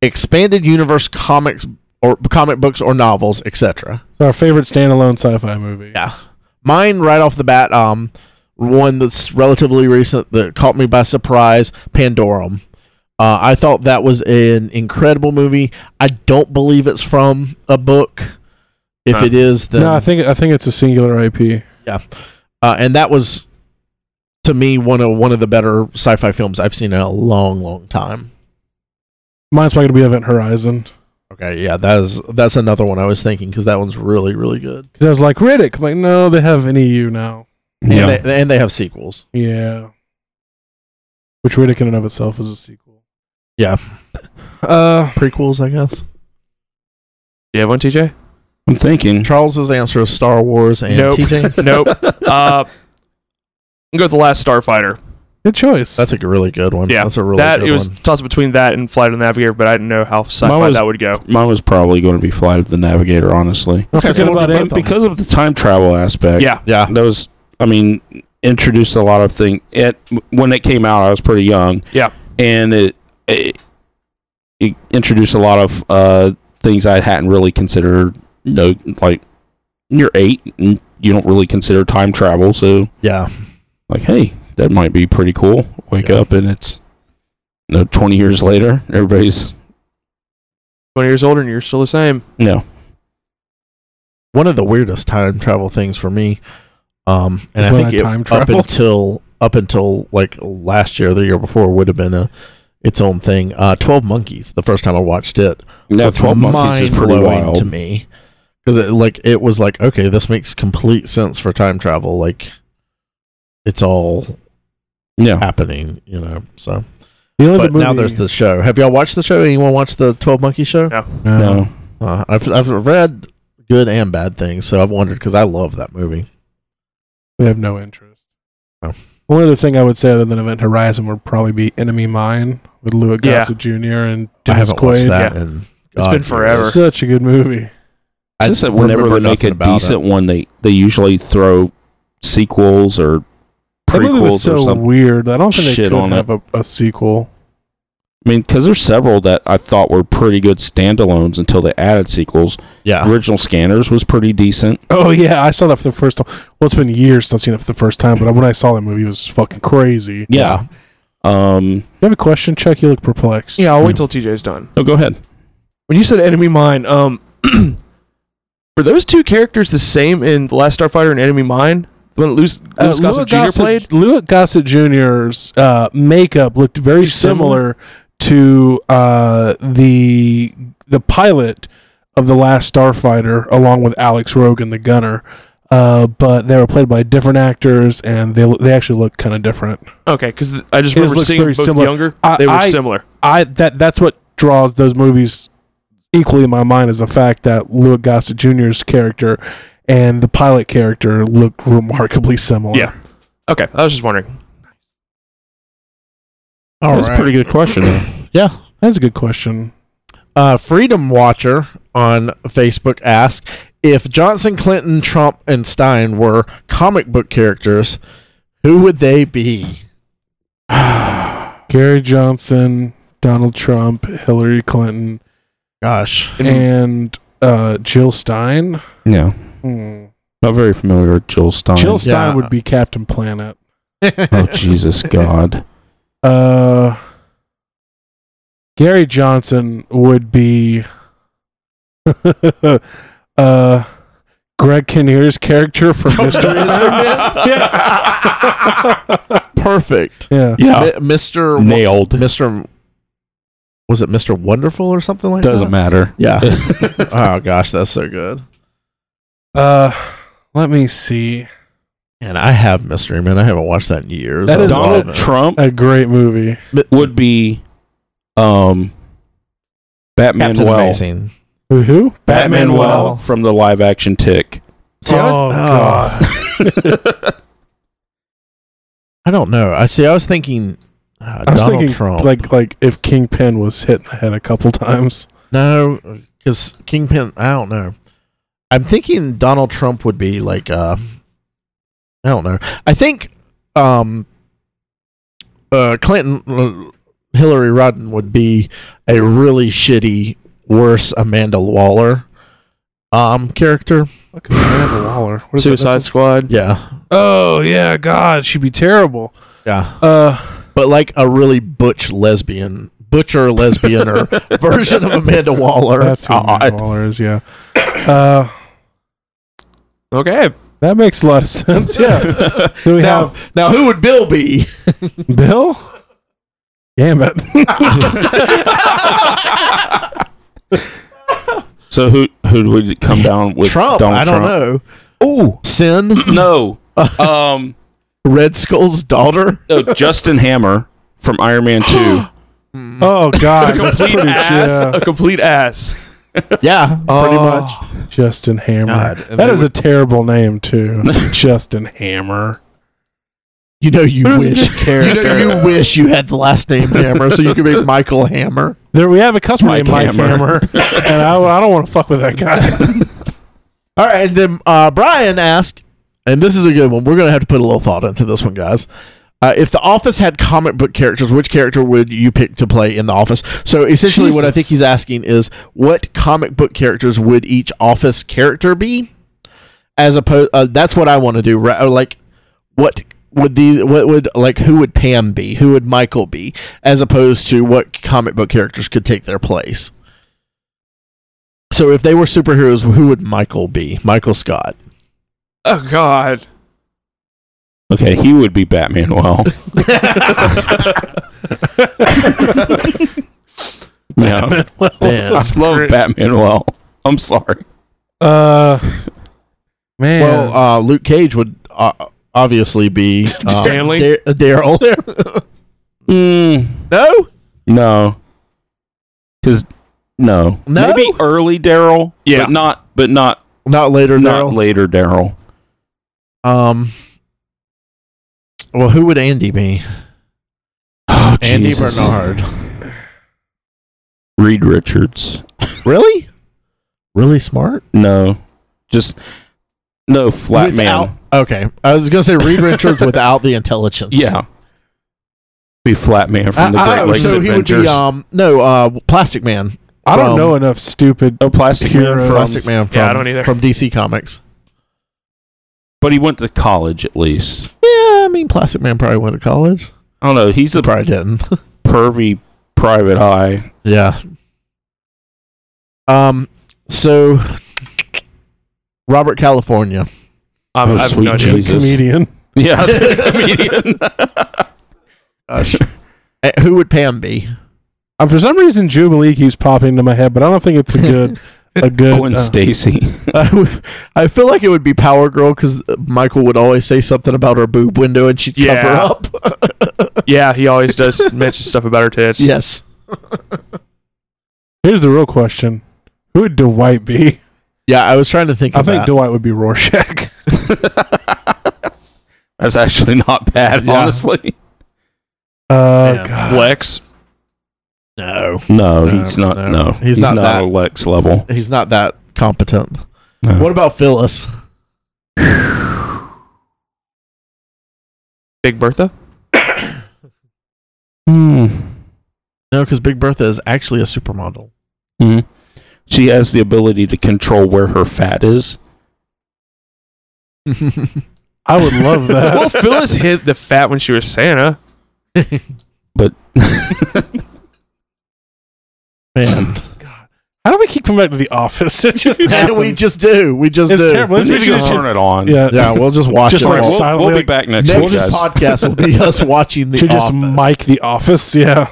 expanded universe comics or comic books or novels, etc.? Our favorite standalone sci-fi movie. Yeah. Mine right off the bat, um, one that's relatively recent that caught me by surprise, Pandorum. Uh, I thought that was an incredible movie. I don't believe it's from a book. If it is, then No, I think I think it's a singular IP. yeah, uh, and that was to me one of one of the better sci-fi films I've seen in a long, long time. Mine's probably gonna be Event Horizon Okay, yeah, that is that's another one I was thinking because that one's really, really good. because I was like Riddick. I'm like, no, they have an EU now. Yeah. And, they, and they have sequels. Yeah, which Riddick in and of itself is a sequel. Yeah. Uh, Prequels, I guess. you have one, TJ? I'm thinking. Charles's answer is Star Wars and Nope. TJ. nope. Uh, I'm go with the last Starfighter. good choice. That's a g- really good one. Yeah, that's a really that good it was one. toss up between that and Flight of the Navigator, but I didn't know how sci-fi Mine was- that would go. Mine was probably going to be Flight of the Navigator, honestly. Don't forget so about we'll it. be But because of the time travel aspect. Yeah, Yeah, That was, I mean, introduced a lot of things. It when it came out, I was pretty young. Yeah. and it it, it introduced a lot of uh, things I hadn't really considered. You know, like you're eight, and you don't really consider time travel. So, yeah, like, hey, that might be pretty cool. Wake Yeah. up, and it's you know, twenty years later. Everybody's twenty years older and you're still the same. you know, one of the weirdest time travel things for me. Um, and Is when I think I it, time up traveled. until up until like last year, or the year before, would have been a its own thing. Uh, Twelve Monkeys. The first time I watched it, now was twelve monkeys is pretty mind-blowing wild. to me because it like it was like okay, this makes complete sense for time travel. Like it's all Yeah, happening, you know. So, the only but now movie- there's the show. Have y'all watched the show? Anyone watch the Twelve Monkey show? No. no, Uh, I've I've read good and bad things, so I've wondered because I love that movie. We have no interest. Oh. One other thing I would say other than Event Horizon would probably be Enemy Mine with Louis Yeah. Gossett Jr. and I Dennis haven't watched Quaid. that, and It's been forever. Such a good movie. It's just that whenever they make a decent one, they they usually throw sequels or That movie prequels was so or something. weird. I don't think they Shit could on have a, a sequel. I mean, because there's several that I thought were pretty good standalones until they added sequels. Yeah, Original Scanners was pretty decent. Oh yeah, I saw that for the first time. Well, it's been years since I've seen it for the first time, but when I saw that movie, it was fucking crazy. Yeah. Um. You have a question, Chuck? You look perplexed. Hmm. Mm. Yeah, I'll wait till TJ's done. Oh, go ahead. When you said enemy mine, um, Were those two characters the same in The Last Starfighter and Enemy Mine? When Louis, Uh, Louis Gossett Jr. played? Lewitt Gossett Jr.'s uh, makeup looked very similar, similar? to uh, the the pilot of the Last Starfighter, along with Alex Rogan, the gunner. Uh, but they were played by different actors, and they they actually looked kind of different. Okay, because I just His remember looks seeing very both similar. younger. I- they were I- similar. I that that's what draws those movies equally in my mind is the fact that Lewitt Gossett Jr.'s character and the pilot character looked remarkably similar. Yeah. Okay, I was just wondering. All That's a right. pretty good question. though. yeah. that's a good question. Uh, Freedom Watcher on Facebook asked if Johnson, Clinton, Trump, and Stein were comic book characters, who would they be? Gary Johnson, Donald Trump, Hillary Clinton, Gosh, and uh, Jill Stein. yeah. Hmm. Not very familiar with Joel Stein. Jill Stein Yeah. would be Captain Planet. oh Jesus God. Uh, Gary Johnson would be uh, Greg Kinnear's character from Mystery Men. yeah. perfect. yeah. Yeah. Mi- Mr. Wo- Nailed. Mr. Was it Mr. Wonderful or something like Doesn't that? matter. Yeah. oh gosh, that's so good. Uh, let me see. And I have Mystery Man. I haven't watched that in years. That I is love Donald it. Trump A great movie. would be um Batman Captain Well. Amazing. Who? Who? Batman Batman Well Well. from the live action tick. See, I was- Oh, oh. God. I don't know. I see. I was thinking uh, I was Donald thinking Trump. like like if Kingpin was hit in the head a couple times. No, because Kingpin. I don't know. I'm thinking Donald Trump would be like. Uh, I don't know. I think um, uh, Clinton, uh, Hillary Rodden would be a really shitty, worse Amanda Waller um, character. Waller. What is that? Suicide That's a- Squad. Yeah, Oh yeah, God, she'd be terrible. yeah, Uh, but like a really butch lesbian, butcher lesbian or version of Amanda Waller. Uh, that's who Amanda God. Waller is. Yeah. Uh, Okay. that makes a lot of sense. Yeah. Do we Now, have now, who would Bill be? Bill? Damn it. So who who would come down with Trump. Donald I don't Trump? know. Oh, Sin, No. Um Red Skull's daughter. no, Justin Hammer from Iron Man 2. Oh God, that's Complete pretty ass. yeah. A complete ass. Yeah, Oh. Justin Hammer. God. that is a terrible name too. Justin Hammer. You know you Who's wish. this You know character? you wish you had the last name Hammer, so you could be Michael Hammer. There we have a customer Mike named Mike Hammer, Hammer. and I, I don't want to fuck with that guy. All right, and then uh, Brian asked, and this is a good one. We're gonna have to put a little thought into this one, guys. Uh, if the office had comic book characters, which character would you pick to play in the office? So essentially, what I think Jesus. he's asking is, what comic book characters would each office character be? As opposed, uh, that's what I want to do. Right, Or, like, what would the what would like who would Pam be? Who would Michael be? As opposed to what comic book characters could take their place. So if they were superheroes, who would Michael be? Michael Scott. Oh God. Okay, he would be Batman Well. yeah. Man. I love Batman Well. I'm sorry. Uh, man. Well, uh, Luke Cage would uh, obviously be uh, Stanley? Dar- Daryl. Mm, no, no. Cuz no. No? Maybe early Daryl, Yeah. but not but not not later. not Daryl. later Daryl. Um. Well, who would Andy be? Oh, Andy Jesus. Bernard. Reed Richards. Really? Really smart. No. Just no flat Without- man. Okay, I was gonna say Reed Richards without the intelligence. Yeah. Be flat man from the I- Great I- Lakes so he would Adventures. be um no uh Plastic Man. I don't from- know enough stupid. oh, plastic Hero. man from, Plastic Man. From, Yeah, I don't either. From DC Comics. but he went to college at least. Yeah, I mean Plastic Man probably went to college. I don't know. He's a Probably didn't. pervy private eye. Yeah. Um. So, Robert California. I'm, Oh, I have sweet no idea. Jesus. comedian. Yeah, comedian. Gosh. Eh, Who would Pam be? Uh, for some reason, Jubilee keeps popping into my head, but I don't think it's a good a good. Gwen uh, Stacy. I would- I feel like it would be Power Girl because Michael would always say something about her boob window and she'd Yeah. cover up. Yeah, he always does mention stuff about her tits. yes. here's the real question: Who would Dwight be? Yeah, I was trying to think I of think that. Dwight would be Rorschach. That's actually not bad, Yeah. honestly. Uh, Damn. God. Lex. no. No, No, he's not. no. No, He's he's, not not, that- a Lex level. He's not that competent. No. What about Phyllis? Big Bertha. Hmm. No, because Big Bertha is actually a supermodel. hmm She has the ability to control where her fat is. I would love that. well, Phyllis hit the fat when she was Santa. Man, How do we keep coming back to the office? It just happens. we just do. We just It's do. terrible. Let's Maybe just go- you can turn it on. yeah, Yeah, we'll just watch Just it. like Walt- all. We'll, we'll silently- be back next, Next week, guys. podcast will be us watching the should just Office. mic the office. Yeah.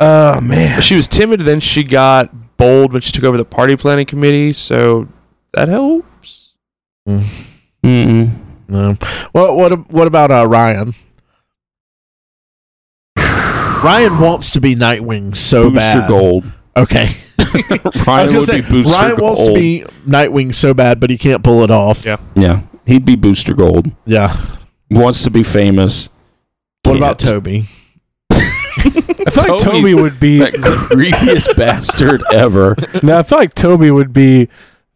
Oh man. She was timid, then she got bold when she took over the party planning committee. So that helps. Mm-mm. No. Well, what ab- what about uh, Ryan? Ryan wants to be Nightwing so Booster bad. Gold. Okay. I was Ryan gonna would say, be Booster Ryan Gold. wants to be Nightwing so bad, but he can't pull it off. Yeah. yeah, he'd be Booster Gold. Yeah. Wants to be famous. What Can't. about Toby? I feel like Toby's- Toby would be. That creepiest bastard ever. No, I feel like Toby would be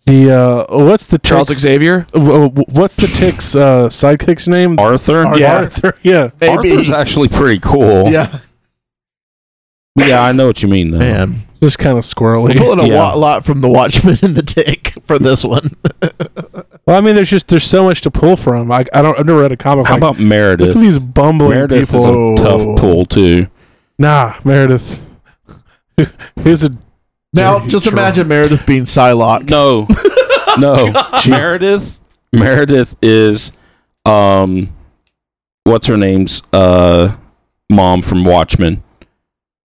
the uh, what's the Charles tick's- Xavier. w- w- What's the tick's uh, sidekick's name? Arthur. Ar- Yeah. Arthur. Yeah. Arthur's actually pretty cool. Yeah. yeah, I know what you mean though. Man, Just kind of we're squirrely. pulling a Yeah. wa- lot from the Watchmen and the Tick for this one. Well, I mean, there's just there's so much to pull from. I, I don't. I've never read a comic. How like, about look Meredith? at these bumbling Meredith people? is a tough pull too. Nah, Meredith. Here's a now, Dirty just troll. imagine Meredith being Psylocke. No, no. Meredith. Meredith is, um, what's her name's uh, mom from Watchmen?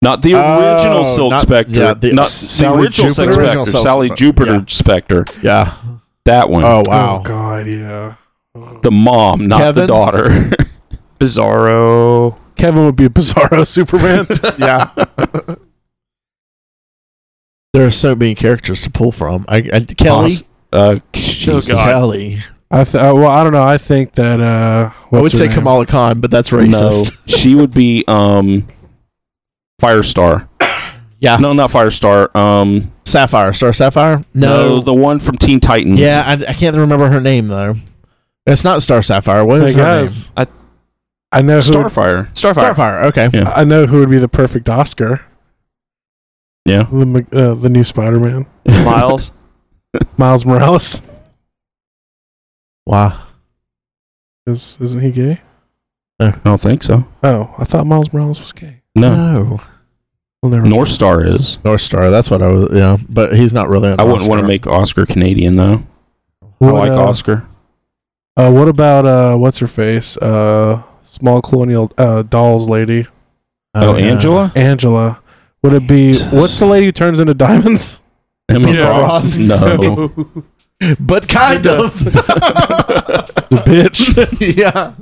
Not the Oh, original Silk not- Spectre. yeah, the- not Sally the original Silk Jupiter? Spectre. Original Silk Sally Spectre, Jupiter yeah. Spectre. Yeah. That one. Oh, wow. Oh God, yeah. The mom, not Kevin? the daughter. Bizarro. Kevin would be Bizarro Superman. yeah. there are so many characters to pull from. I, I Kelly, Poss- uh, Jesus. Oh, God. Kelly. I th- uh, well, I don't know. I think that uh, I would what's her say name? Kamala Khan, but that's racist. No, she would be um, Firestar. Yeah, No, not Firestar. Um, Sapphire, Star Sapphire. no, No, the one from Teen Titans. yeah, I, I can't remember her name though. It's not Star Sapphire. What Hey is her name? guys, name? I know who. Would, Starfire. Starfire. Starfire. Okay. Yeah. I know who would be the perfect Oscar. Yeah. The m- uh, the new Spider Man, Miles. Miles Morales. Wow. Is isn't he gay? I don't think so. Oh, I thought Miles Morales was gay. No. No. Well, Uh, never. North Star is. North Star. That's what I was. Yeah, but he's not really. An I wouldn't want to Oscar. make Oscar Canadian though. What, I like uh, Oscar. Uh, what about uh, what's her face? Uh, small colonial uh, dolls lady Oh, yeah. Angela? Angela. Would it be what's the lady who turns into diamonds? Emma Yeah. Frost? Frost. No. But kind of. The bitch. yeah.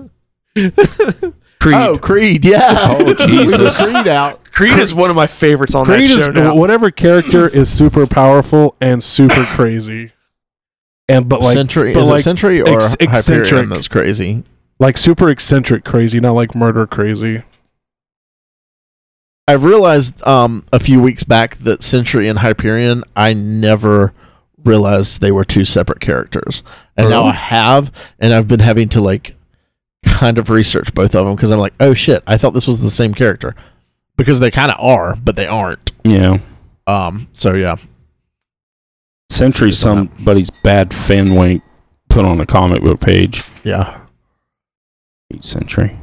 Creed. Oh, Creed. Yeah. Oh, Jesus. Creed out. Creed is one of my favorites on Creed that is show now. whatever character is super powerful and super crazy, and but like century but is like it century or ex- Hyperion eccentric. that's crazy. like super eccentric crazy, not like murder crazy. I realized um, a few weeks back that Century and Hyperion, I never realized they were two separate characters, and now I Really? have, and I've been having to like kind of research both of them because I'm like, oh shit, I thought this was the same character because they kind of are, but they aren't. yeah. Um, so yeah, Century somebody's bad fan wink put on a comic book page. yeah, Century.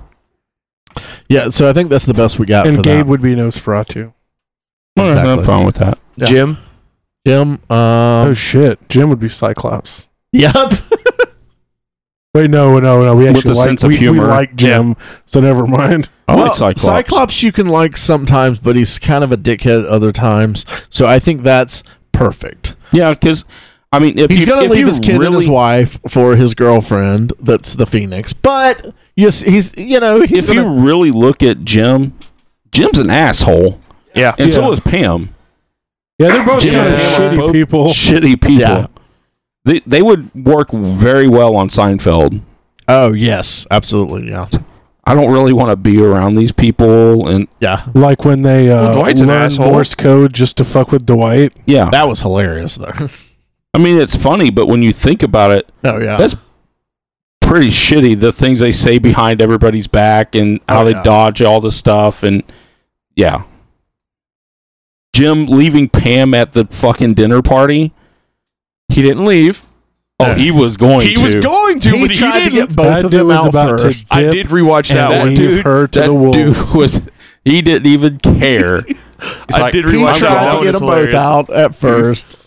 yeah. So I think that's the best we got. for and Gabe that. would be Nosferatu. Alright, Exactly. I'm fine with that. Yeah. Jim. Jim, um, Oh, oh shit, Jim would be Cyclops. Yep. Wait, no, no, no. We With actually a like, sense of we, we humor. like Jim, so never mind. I Well, like Cyclops. you can like sometimes, but he's kind of a dickhead other times. So I think that's perfect. Yeah, because I mean, if He's you, gonna if leave you his kid really, and his wife for his girlfriend. That's the Phoenix. But yes, he's you know he's if gonna- you really look at Jim, Jim's an asshole, Yeah. and so Yeah. is Pam. Yeah, they're both Jim kind of and Pam are shitty both people. Shitty people. Oh. Yeah. They they would work very well on Seinfeld. oh yes, absolutely yeah I don't really want to be around these people, and yeah Like when they uh, Well, Dwight's an learned asshole. Morse code just to fuck with Dwight. yeah, that was hilarious though. I mean it's funny, but when you think about it, oh yeah, That's pretty shitty. The things they say behind everybody's back and how Oh, they yeah. dodge all the stuff, and yeah, Jim leaving Pam at the fucking dinner party. He didn't leave. Oh, he was going. he to. was going to, he but he tried to didn't. get both That of dude them was out about to first. I dip did rewatch and that that one. leave dude- her to that the wolves. dude was. He didn't even care. I did "Pam, rewatch I'm he that going." tried one. to get was them both hilarious. out at first.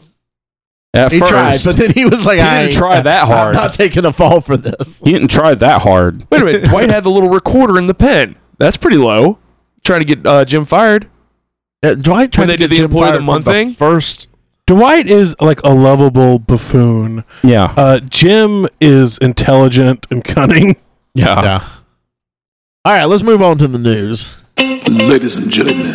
At He first, tried, but then he was like, He "I didn't ain't- try that hard." I'm not taking a fall for this." he didn't try that hard. Wait a minute. Dwight had the little recorder in the pen. That's pretty low. Trying to get uh, Jim fired. Yeah, Dwight tried When they to get did the Jim employee of the fired from month thing? first. Dwight is like a lovable buffoon. Yeah, Uh, Jim is intelligent and cunning. yeah. Yeah. All right, let's move on to the news. Ladies and gentlemen,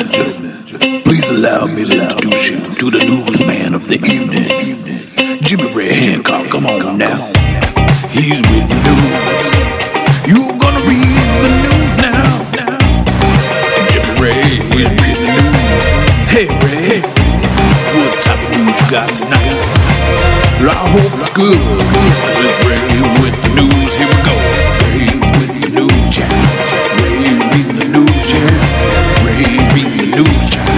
please allow me to introduce you to the newsman of the evening, Jimmy Ray Hancock. Come on now, he's with the news. You're gonna read the news now. Jimmy Ray is with the news. Hey Ray, what type of news you got tonight? Well, I hope it's good. This is Ray with the news. Here we go. Ray's with the news jam. Ray's with the news jam. Ray's with the news jam.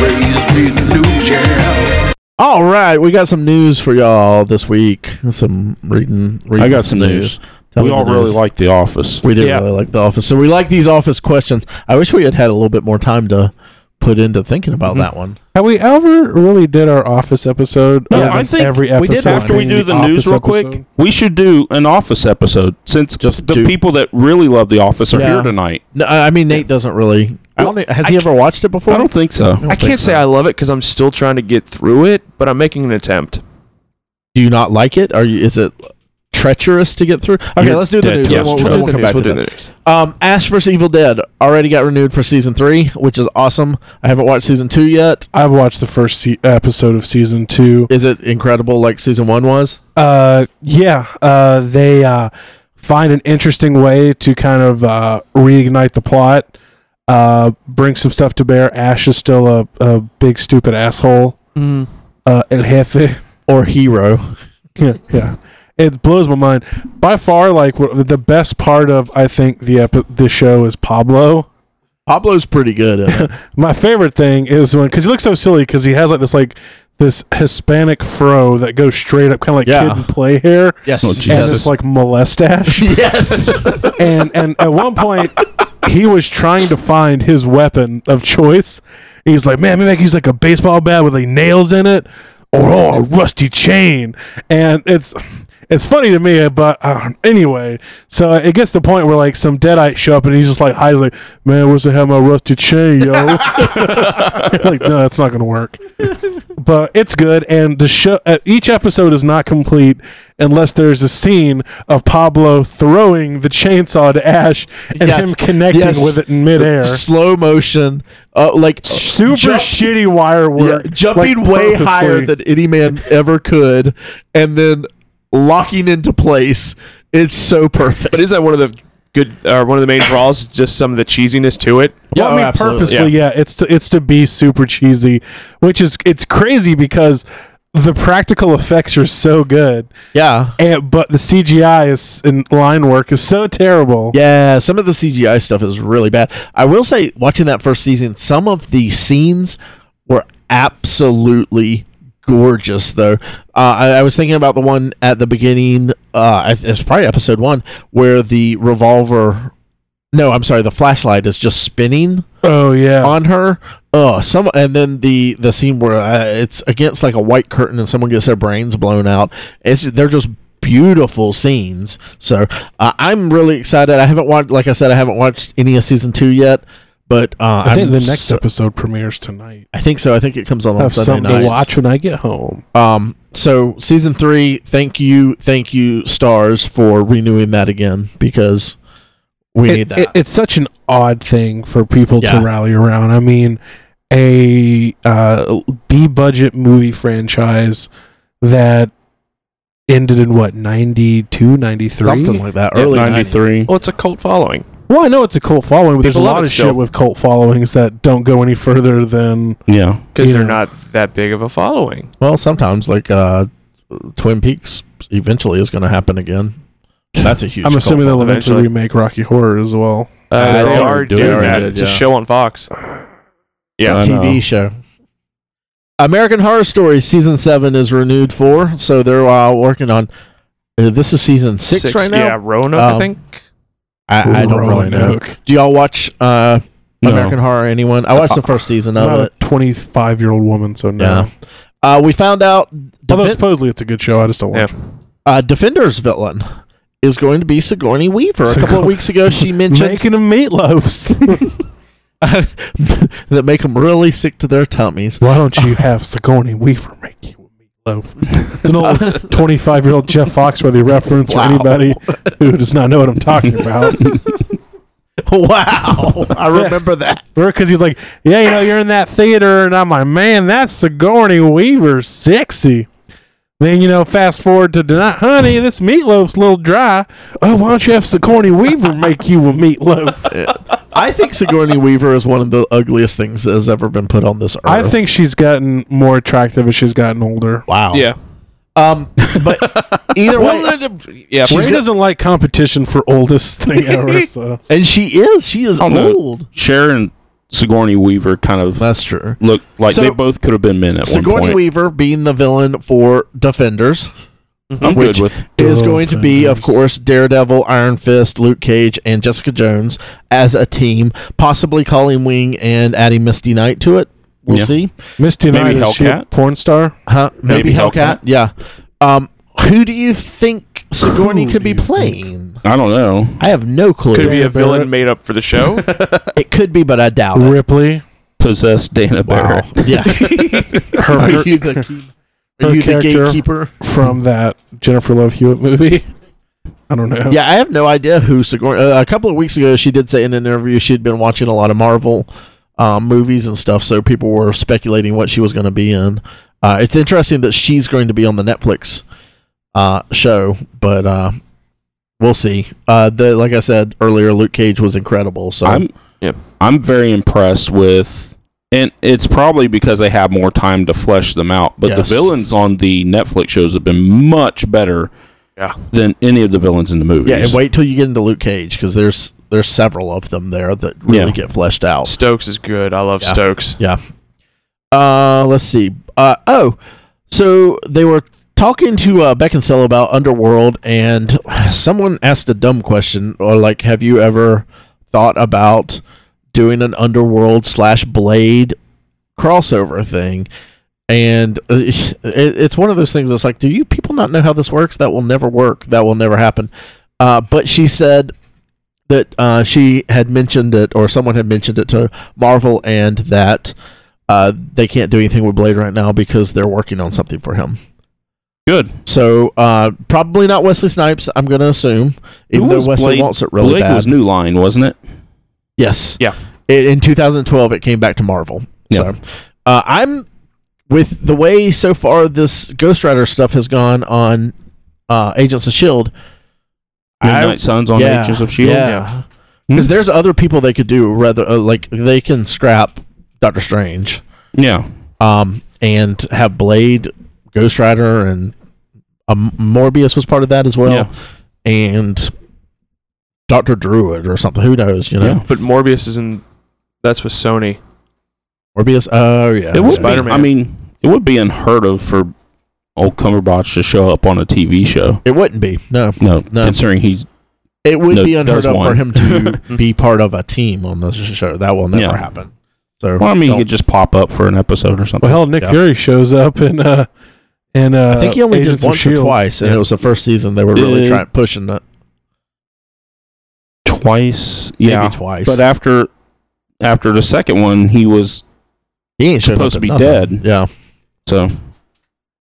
Ray's with the news jam. All right, we got some news for y'all this week. Some reading. reading I got some news. Tell we me all the really news. like The Office. We did Yeah. really like the office, so we like these office questions. I wish we had had a little bit more time to put into thinking about that one. Have we ever really did our office episode? No, other I than think every episode we did after we being do the Office news real quick, episode? we should do an Office episode since Just the do- people that really love The Office are Yeah. here tonight. No, I I mean Nate doesn't really. I don't. know- Has he ever watched it before? I don't think so. don't I think can't say so. I love it because I'm still trying to get through it, but I'm making an attempt. Do you not like it? Are you? Is it treacherous to get through? Okay, You're let's do the dead news. to and us, we'll- Joe. we'll We'll come back do to the that. news. Um, Ash vs. Evil Dead already got renewed for season three, which is awesome. I haven't watched season two yet. I've watched the first se- episode of season two. Is it incredible like season one was? Uh, yeah, uh, they uh, find an interesting way to kind of uh, reignite the plot, uh, bring some stuff to bear. Ash is still a, a big stupid asshole. Uh, El Jefe. Or Hero? yeah, yeah. It blows my mind. By far, like wh- the best part of I think the epi- the show is Pablo. Pablo's pretty good. At it. My favorite thing is when because he looks so silly because he has like this like this Hispanic fro that goes straight up, kind of like Yeah. kid and play hair, yes. Oh, and Jesus. this like molestache. yes. and and at one point he was trying to find his weapon of choice. He's like, man, maybe I can use like a baseball bat with like nails in it, or oh, a rusty chain. And it's it's funny to me, but uh, anyway, so it gets to the point where like some deadite show up and he's just like, hi, like, man, where's the have my rusty chain, yo? like, no, that's not gonna work. But it's good, and the show uh, each episode is not complete unless there's a scene of Pablo throwing the chainsaw to Ash and Yes. him connecting Yes. with it in midair. Slow motion. Uh, like Super jump- shitty wire yeah, work, jumping like, way purposely. higher than any man ever could, and then locking into place. It's so perfect. But is that one of the good or one of the main draws? Just some of the cheesiness to it. Well, oh, I mean, absolutely, purposely, yeah. It's to, it's to be super cheesy, which is it's crazy because the practical effects are so good, yeah. and but the CGI is and line work is so terrible. Yeah, some of the CGI stuff is really bad. I will say, watching that first season, some of the scenes were absolutely gorgeous, though. Uh, I, I was thinking about the one at the beginning, uh, I th- it's probably episode one, where the revolver. No, I'm sorry, the flashlight is just spinning Oh yeah. on her. Oh, some and then the the scene where uh, it's against like a white curtain and someone gets their brains blown out. It's they're just beautiful scenes. So uh, I'm really excited. I haven't watched, like I said, I haven't watched any of season two yet. But uh, I think I'm the next so- episode premieres tonight. I think so. I think it comes on on Have Sunday something night. to watch when I get home. Um, so season three, thank you, thank you, stars for renewing that again because we It- need that. it- it's such an odd thing for people Yeah. to rally around. I mean, a uh, B budget movie franchise that ended in what 92 93 Something like that. Yeah, Early 90s. 93. Well, it's a cult following. well i know it's a cult following but there's a People love lot it of still. shit with cult followings that don't go any further than Yeah. because You they're know. not that big of a following. Well, sometimes like uh, Twin Peaks eventually is going to happen again. That's a huge. i'm cult assuming they'll following. eventually eventually. remake rocky horror as well Uh, they they, already are do it. doing They that. already did, It's a yeah. show on Fox. I Yeah, know. TV show. American Horror Story season seven is renewed for, so they're uh, working on. uh, this is season six, right now. Yeah, Roanoke, Um, I think. I, I don't really know. Roanoke. Do y'all watch uh, No. American Horror? Anyone? I watched the first season I'm of not it. a 25 year old woman so no Yeah. Uh, we found out although Defen- supposedly it's a good show i just don't watch Yeah. uh, Defender's villain is going to be Sigourney Weaver. A couple of Sigour- weeks ago, she it mentioned making them meatloafs that make them really sick to their tummies. why don't you have sigourney weaver make you a meatloaf it's an old 25 year old jeff foxworthy reference for Wow. anybody who does not know what i'm talking about Wow, I remember that. because he's like, yeah, you know, you're in that theater, and I'm like, man, that's Sigourney Weaver, sexy. Then you know, fast forward to tonight, honey, this meatloaf's a little dry. Oh, why don't you have Sigourney Weaver make you a meatloaf? I think Sigourney Weaver is one of the ugliest things that has ever been put on this earth. I think she's gotten more attractive as she's gotten older. Wow. Yeah. Um. But either way, yeah. She doesn't like competition for oldest thing ever. So and she is. She is Oh, no. old. Cher and Sigourney Weaver kind of That's true. look like So- they both could have been men at one Sigourney point. Weaver being the villain for Defenders I'm which- good with. is going to be, of Defenders. course, Daredevil, Iron Fist, Luke Cage, and Jessica Jones as a team. Possibly Colleen Wing and adding Misty Knight to it. We'll Yeah. see. Misty Maybe Knight is she a Hellcat? porn star? Huh? Maybe, Maybe Hellcat. Hellcat. Yeah. Um. Who do you think Sigourney Who could do be you think? playing? I don't know. I have no clue. Could be Dana a villain Barrett. made up for the show. It could be, but I doubt it. Ripley. Possessed Dana Barrett. Yeah. Her, Are her- you the, key- her are you the character- gatekeeper? from that Jennifer Love Hewitt movie. I don't know. Yeah, I have no idea who Sigourney. Uh, a couple of weeks ago, she did say in an interview she'd been watching a lot of Marvel um, movies and stuff, so people were speculating what she was going to be in. Uh, it's interesting that she's going to be on the Netflix uh, show, but uh, we'll see. Uh, the like I said earlier, Luke Cage was incredible. So I'm Yep. I'm very impressed with and it's probably because they have more time to flesh them out. But Yes. the villains on the Netflix shows have been much better Yeah. than any of the villains in the movies. yeah, and wait till you get into Luke Cage because there's there's several of them there that really Yeah. get fleshed out. Stokes is good. I love Oh. Yeah. Stokes. Yeah. Uh, let's see. Uh, oh, so they were talking to uh, Beckinsale about Underworld, and someone asked a dumb question, or like, have you ever thought about doing an Underworld slash Blade crossover thing? And uh, it, it's one of those things that's like, do you people not know how this works? That will never work. That will never happen. Uh, but she said that uh, she had mentioned it, or someone had mentioned it to Marvel, and that uh, they can't do anything with Blade right now because they're working on something for him. Good. So uh, probably not Wesley Snipes. I'm going to assume, even though was Wesley Blade- wants it really Blade bad. was New Line, wasn't it? yes. Yeah. It, in 2012, it came back to Marvel. Yeah. So uh, I'm with the way so far this Ghost Rider stuff has gone on uh, Agents of Shield. I- Midnight Suns on Agents of Shield. Yeah. Hmm? Because there's other people they could do rather uh, like they can scrap Doctor Strange, Yeah. um, and have Blade, Ghost Rider, and um, Morbius was part of that as well, Yeah. and Doctor Druid or something. Who knows? You know, Yeah. But Morbius is in. That's with Sony. Morbius. Oh yeah, It would Spider-Man. Be, I mean, it would be unheard of for old Cumberbatch to show up on a TV show. It wouldn't be no. No, No. considering he's It would No, be unheard there's of for one. him to be part of a team on the show. That will never Yeah. happen. So Well, I mean, don't- you could just pop up for an episode or something. Well, hell, Nick Yeah. Fury shows up in uh, in uh, I think he only Agents did of once or S.H.I.E.L.D.. twice, and it was the first season they were really Did- trying pushing it. twice, Maybe yeah, twice. but after after the second one, he was he ain't showing up supposed to in be nothing. dead. Yeah. so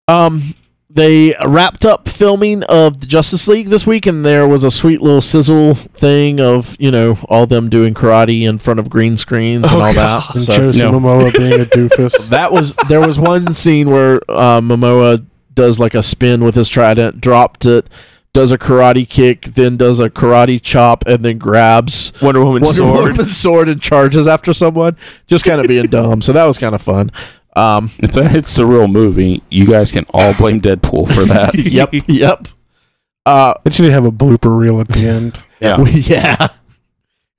Um, they wrapped up filming of the Justice League this week, and there was a sweet little sizzle thing of you know all them doing karate in front of green screens and Oh, all that. And So Joseph no. Momoa being a doofus. that was there was one scene where uh, Momoa does like a spin with his trident, dropped it, does a karate kick, then does a karate chop, and then grabs Wonder Wonder Woman's sword. Woman's sword and charges after someone. Just kind of being dumb. So that was kind of fun. Um, if that's a real movie, you guys can all blame Deadpool for that. yep, yep. Uh, It should have a blooper reel at the end. yeah, We- yeah.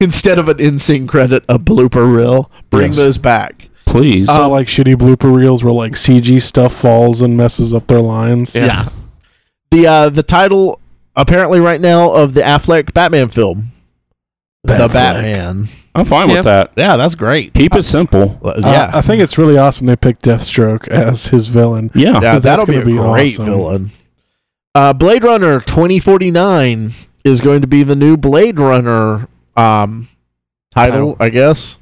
Instead of an in sync credit, a blooper reel. Bring Yes. those back. please. Um, It's not like shitty blooper reels where like CG stuff falls and messes up their lines. Yeah. The uh, the title apparently right now of the Affleck Batman film. The Batfleck. Batman. I'm fine Yeah. with that. Yeah, that's great. Keep it simple. Well, Uh, yeah. I think it's really awesome they picked Deathstroke as his villain. Yeah, yeah, 'cause that's that'll be a gonna be great awesome. villain. Uh, Blade Runner 2049 is going to be the new Blade Runner um, title, I guess,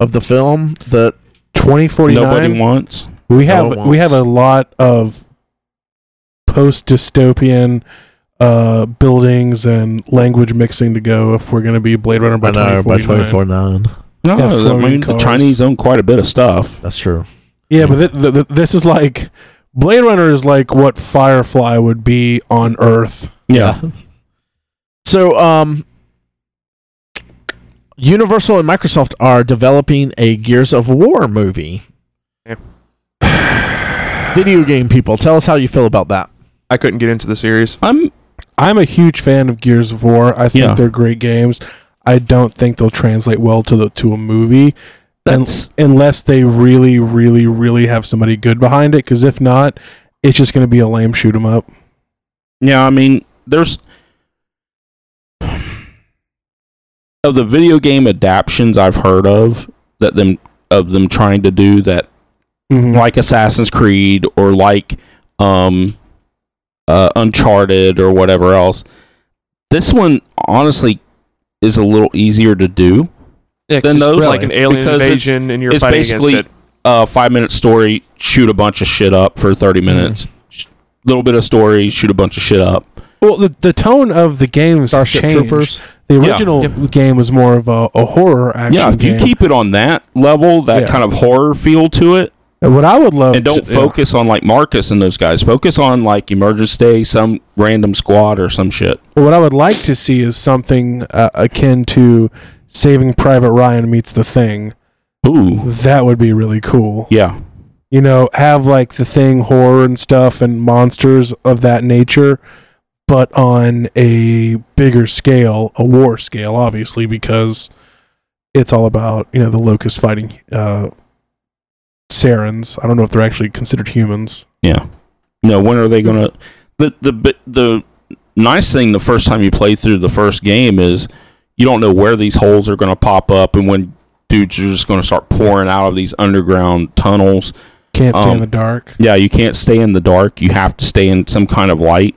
of the film that Twenty forty nobody nine. wants. We no have one we have wants. a lot of post dystopian uh, buildings and language mixing to go if we're going to be Blade Runner by I know, twenty by forty nine. 2049. No, Yeah, I floating mean the cars. Chinese own quite a bit of stuff. That's true. Yeah, but th- th- th- this is like Blade Runner is like what Firefly would be on Earth. Yeah, So, um, Universal and Microsoft are developing a Gears of War movie. Yep. Video game people, tell us how you feel about that. I couldn't get into the series. I'm. I'm a huge fan of Gears of War. I think Yeah. they're great games. I don't think they'll translate well to the to a movie un- That's- unless they really, really, really have somebody good behind it. Because if not, it's just going to be a lame shoot 'em up. Yeah, I mean, there's of the video game adaptions I've heard of that them of them trying to do that Mm-hmm. like Assassin's Creed or like um uh Uncharted or whatever else. This one honestly is a little easier to do. Yeah, Then those- like an alien because it's- invasion, and you're it's fighting against basically- it. Uh 5 minute story, shoot a bunch of shit up for 30 Mm-hmm. minutes. Sh- Little bit of story, shoot a bunch of shit up. Well, the, the tone of the games Starship changed. Troopers. The Yeah. original game was more of a, a horror action yeah, if game. you keep it on that level, that Yeah. kind of horror feel to it, And what I would love and don't to- focus on like Marcus and those guys. Focus on like Emergence Day, some random squad or some shit. Well, What I would like to see is something uh, akin to Saving Private Ryan meets The Thing. Ooh, That would be really cool. yeah, You know, have like the thing horror and stuff and monsters of that nature, but on a bigger scale, a war scale, obviously, because it's all about you know the locust fighting uh, Sarens. I don't know if they're actually considered humans. yeah. No, when are they gonna? The the bi- the nice thing the first time you play through the first game is you don't know where these holes are gonna pop up and when dudes are just gonna start pouring out of these underground tunnels. Can't stay Um, in the dark. Yeah, you can't stay in the dark. You have to stay in some kind of light,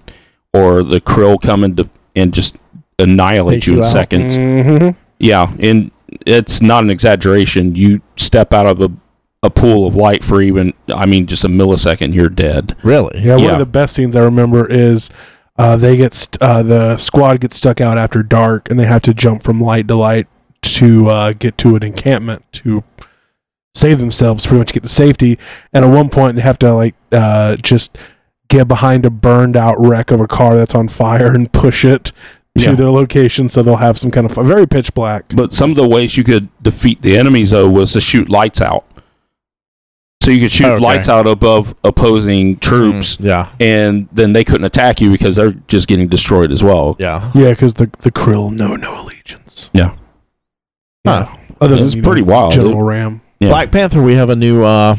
or the krill come into and just annihilate Take you, you in out. seconds. Mm-hmm. Yeah, and it's not an exaggeration. You step out of a, a pool of light for even, I mean, just a millisecond, you're dead. Really? Yeah, one Yeah. of the best scenes I remember is uh, they get st- uh, the squad gets stuck out after dark, and they have to jump from light to light to uh, get to an encampment to save themselves, pretty much get to safety. And at one point, they have to like uh, just get behind a burned out wreck of a car that's on fire and push it to Yeah. their location, so they'll have some kind of fi- very pitch black. But some of the ways you could defeat the enemies, though, was to shoot lights out. So you could shoot Okay. lights out above opposing troops, Mm. Yeah. and then they couldn't attack you because they're just getting destroyed as well. Yeah. Yeah, because the the krill know no allegiance. Yeah. yeah. Other It than was you pretty know, wild. General It- Ram. Yeah. Black Panther, we have a new uh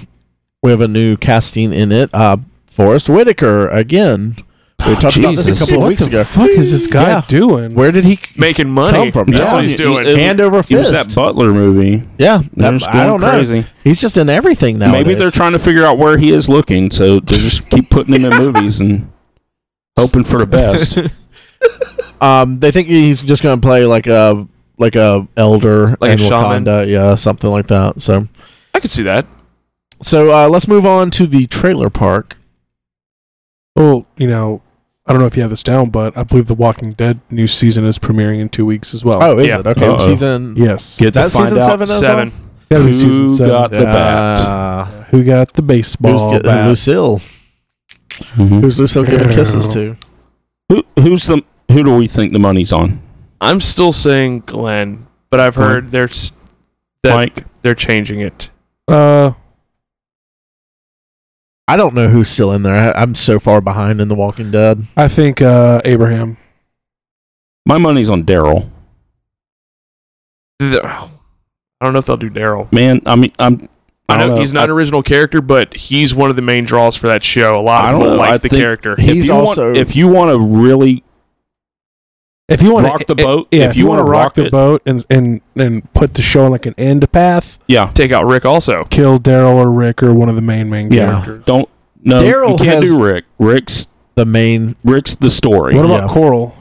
we have a new casting in it. Uh Forrest Whitaker again We talked about this Oh, Jesus. a couple of what weeks the ago. fuck is this guy Yeah. doing? Where did he Making money. Come from, That's yeah. what he's It was- doing. it- hand over It was fist? that Butler movie. yeah, They're that- just I don't going know. crazy. He's just in everything now. Maybe they're trying to figure out where he is looking, so they just keep putting him in movies and hoping for the best. Um, they think he's just going to play like a like a elder Like a in shaman? Wakanda, yeah, something like that. So, I could see that. so uh, let's move on to the trailer park. Well, you know, I don't know if you have this down, but I believe The Walking Dead new season is premiering in two weeks as well. Oh, is yeah. it okay? Uh-oh. Season yes. Get that season seven. that's Seven. Gotta be Who season seven. got all? the bat? Uh, Who got the who's baseball get- who's bat? Lucille? Mhm. Who's Lucille giving kisses to? Who, who's the who do we think the money's on? I'm still saying Glenn, but I've Glenn. heard they're s- that Mike. they're changing it. Uh, I don't know who's still in there. I, I'm so far behind in The Walking Dead. I think uh, Abraham. My money's on Daryl. The- oh, I don't know if they'll do Daryl. Man, I mean, I'm. I know, he's not I- an original character, but he's one of the main draws for that show. A lot I of don't people know. like I the think- character. If He's you also- want, if you want to really If you want to rock the boat, yeah, if, you, want to rock the boat and and and put the show on like an end path, yeah, Take out Rick also. kill Daryl or Rick or one of the main main Yeah. characters. don't no, you Daryl can't has- do Rick. Rick's The main Rick's the story. What about Yeah. Coral?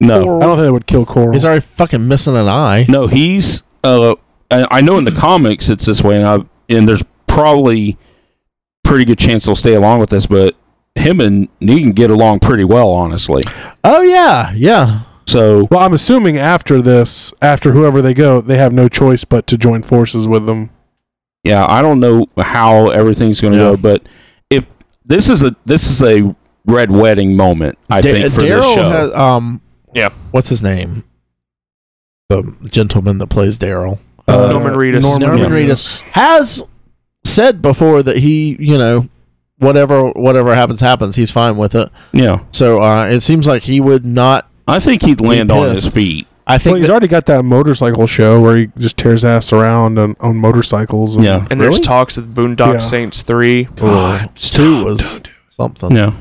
no, I don't think they would kill Coral. He's already fucking missing an eye. no, he's uh, I, I know in the comics it's this way, and I and there's probably pretty good chance they'll stay along with this, but him and Negan get along pretty well, honestly. Oh yeah, yeah. So well, I'm assuming after this, after whoever they go, they have no choice but to join forces with them. yeah, I don't know how everything's going to Yeah. go, but if this is a this is a red wedding moment, I Da- think for this Daryl show. has- um, Yeah. What's his name? The gentleman that plays Daryl Uh, Uh, Norman Reedus. Norman Reedus. has said before that he, you know, whatever whatever happens happens. He's fine with it. yeah, So uh, it seems like he would not. I think he'd land on pissed. his feet. I Well, think he's that- already got that motorcycle show where he just tears ass around on, on motorcycles. And Yeah, And Really? there's talks of Boondock Yeah. Saints 3. God, two was something. Yeah.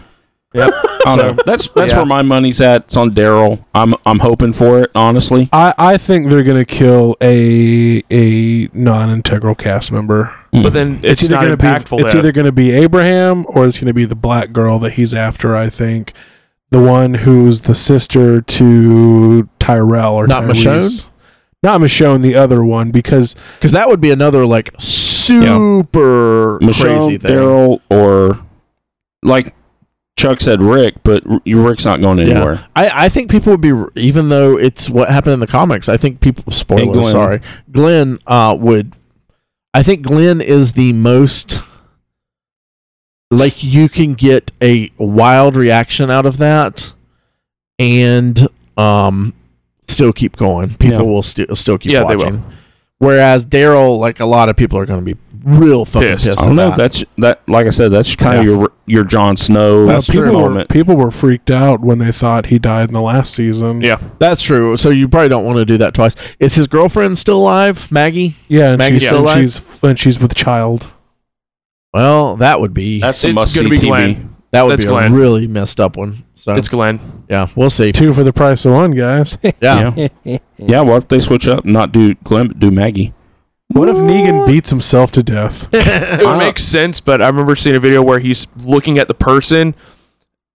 I don't know. That's that's Yeah. where my money's at. It's on Daryl. I'm I'm hoping for it, honestly. I, I think they're gonna kill a a non integral cast member. But then it's, not gonna impactful. be it's then. either gonna be Abraham or it's gonna be the black girl that he's after. I think the one who's the sister to Tyrell or Not Tyrese. Michonne? Not Michonne, the other one, because Because that would be another like super Michelle, crazy thing. Daryl, or like Chuck said, Rick. But R- Rick's not going anywhere. I, I think people would be even though it's what happened in the comics. I think people spoiler. And Glenn. Sorry, Glenn uh, would. I think Glenn is the most like you can get a wild reaction out of that, and um, still keep going. People Yeah. will still still keep Yeah, they will. watching. Whereas Daryl, like a lot of people are going to be real fucking Pissed. pissed. I don't know. about it. That's that. Like I said, that's kind of Yeah. your your Jon Snow uh, true. people were, moment. people were freaked out when they thought he died in the last season. Yeah. that's true. So you probably don't want to do that twice. Is his girlfriend still alive, Maggie? yeah, and, Maggie's she's, still and alive? she's and she's with child. Well, that would be That's a It's must see gonna be TV. Glenn. That would That's be Glenn. a really messed up one. So It's Glenn. yeah, we'll see. Two for the price of one, guys. Yeah. Yeah. yeah. What if they switch up? and Not do Glenn, but do Maggie. What if Negan beats himself to death? It would make sense, but I remember seeing a video where he's looking at the person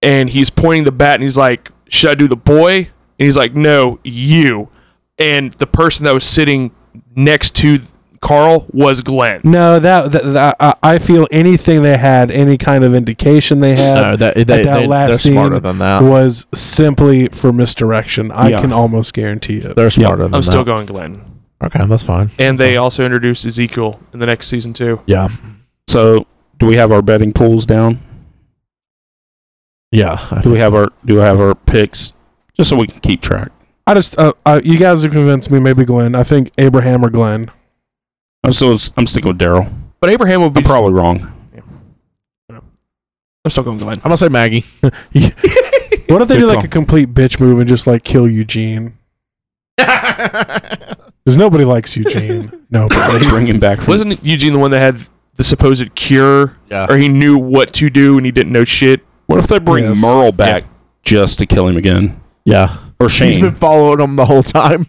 and he's pointing the bat and he's like, Should I do the boy? And he's like, No, you. And the person that was sitting next to Carl was Glenn. No, that, that, that- I, I feel anything they had, any kind of indication they had No, that, they, they, at that last they're scene smarter than that. was simply for misdirection. I Yeah. can almost guarantee it. They're smarter than I'm still that. going Glenn. Okay, that's fine. And they also introduced Ezekiel in the next season too. Yeah, So do we have our betting pools down? yeah. Do we have our do we have our picks just so we can keep track? I just, uh, uh, you guys have convinced me. Maybe Glenn. I think Abraham or Glenn. I'm still I'm sticking with Daryl. But Abraham would be I'm probably wrong. I'm still going Glenn. I'm gonna say Maggie. What if they Good do like call. a complete bitch move and just like kill Eugene? Because nobody likes Eugene. Nobody. They bring him back from Wasn't Eugene the one that had the supposed cure? Yeah. Or he knew what to do and he didn't know shit? What if they bring Yes. Merle back just to kill him again Yeah. or He's been Shane. following him the whole time.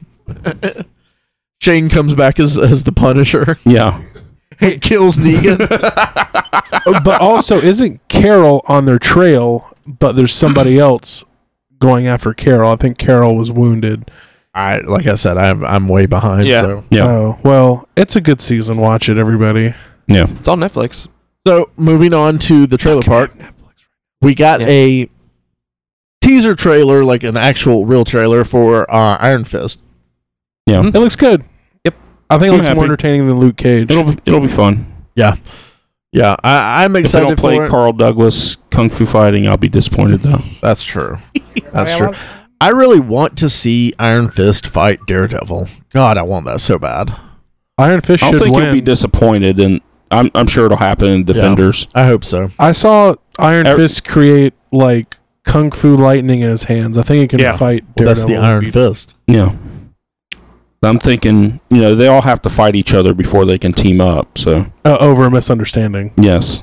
Shane comes back as, as the Punisher. yeah, He kills Negan. but also, isn't Carol on their trail? But there's somebody else going after Carol. I think Carol was wounded. I like I said, I'm I'm way behind. Yeah. So Yeah. Mm-hmm. Oh well, it's a good season. Watch it, everybody. yeah. It's on Netflix. so moving on to the trailer park. We got Yeah. a teaser trailer, like an actual real trailer for uh, Iron Fist. It looks good. Yep. I think it I'm looks happy. more entertaining than Luke Cage. It'll be, it'll be fun. Yeah, I, I'm If they excited don't play for it. Carl Douglas kung fu fighting, I'll be disappointed though. That's true. That's true. I really want to see Iron Fist fight Daredevil. God, I want that so bad. Iron Fist I don't should think you'll win. be disappointed, and I'm I'm sure it'll happen in Defenders. I hope so. I saw Iron Every- Fist create like kung fu lightning in his hands. I think he can Yeah. fight. Well, that's the Daredevil. Iron Fist. Yeah. I'm thinking, you know, they all have to fight each other before they can team up. So uh, over a misunderstanding. yes,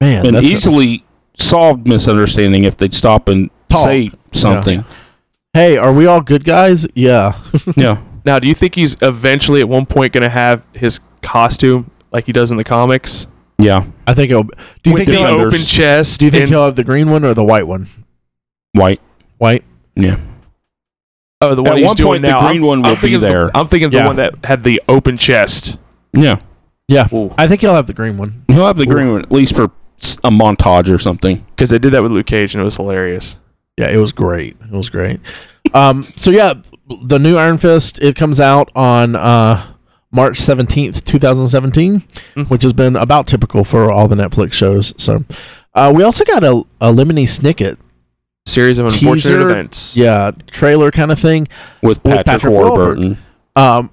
Man, and that's easily solved misunderstanding if they'd stop and Talk. say something. hey, are we all good guys? Yeah. Yeah. Now, do you think he's eventually at one point going to have his costume like he does in the comics? yeah, I think it'll. Do you With think the he'll, Defenders. open chest? do you think and- he'll have the green one or the white one? White. White. Yeah, oh, the one At he's one doing point, the now, green one will be thinking of the- there. I'm thinking of Yeah. the one that had the open chest. yeah. Yeah, Ooh. I think he'll have the green one. He'll have the green one at least for s- a montage or something. because they did that with Luke Cage and it was hilarious. Yeah, it was great. It was great. um, so yeah, the new Iron Fist it comes out on uh, March seventeenth, two thousand seventeen, Mhm. which has been about typical for all the Netflix shows. So uh, we also got a, a Lemony Snicket, Series of unfortunate Teaser. events. yeah, trailer kind of thing. with With Patrick, Patrick Warburton Um,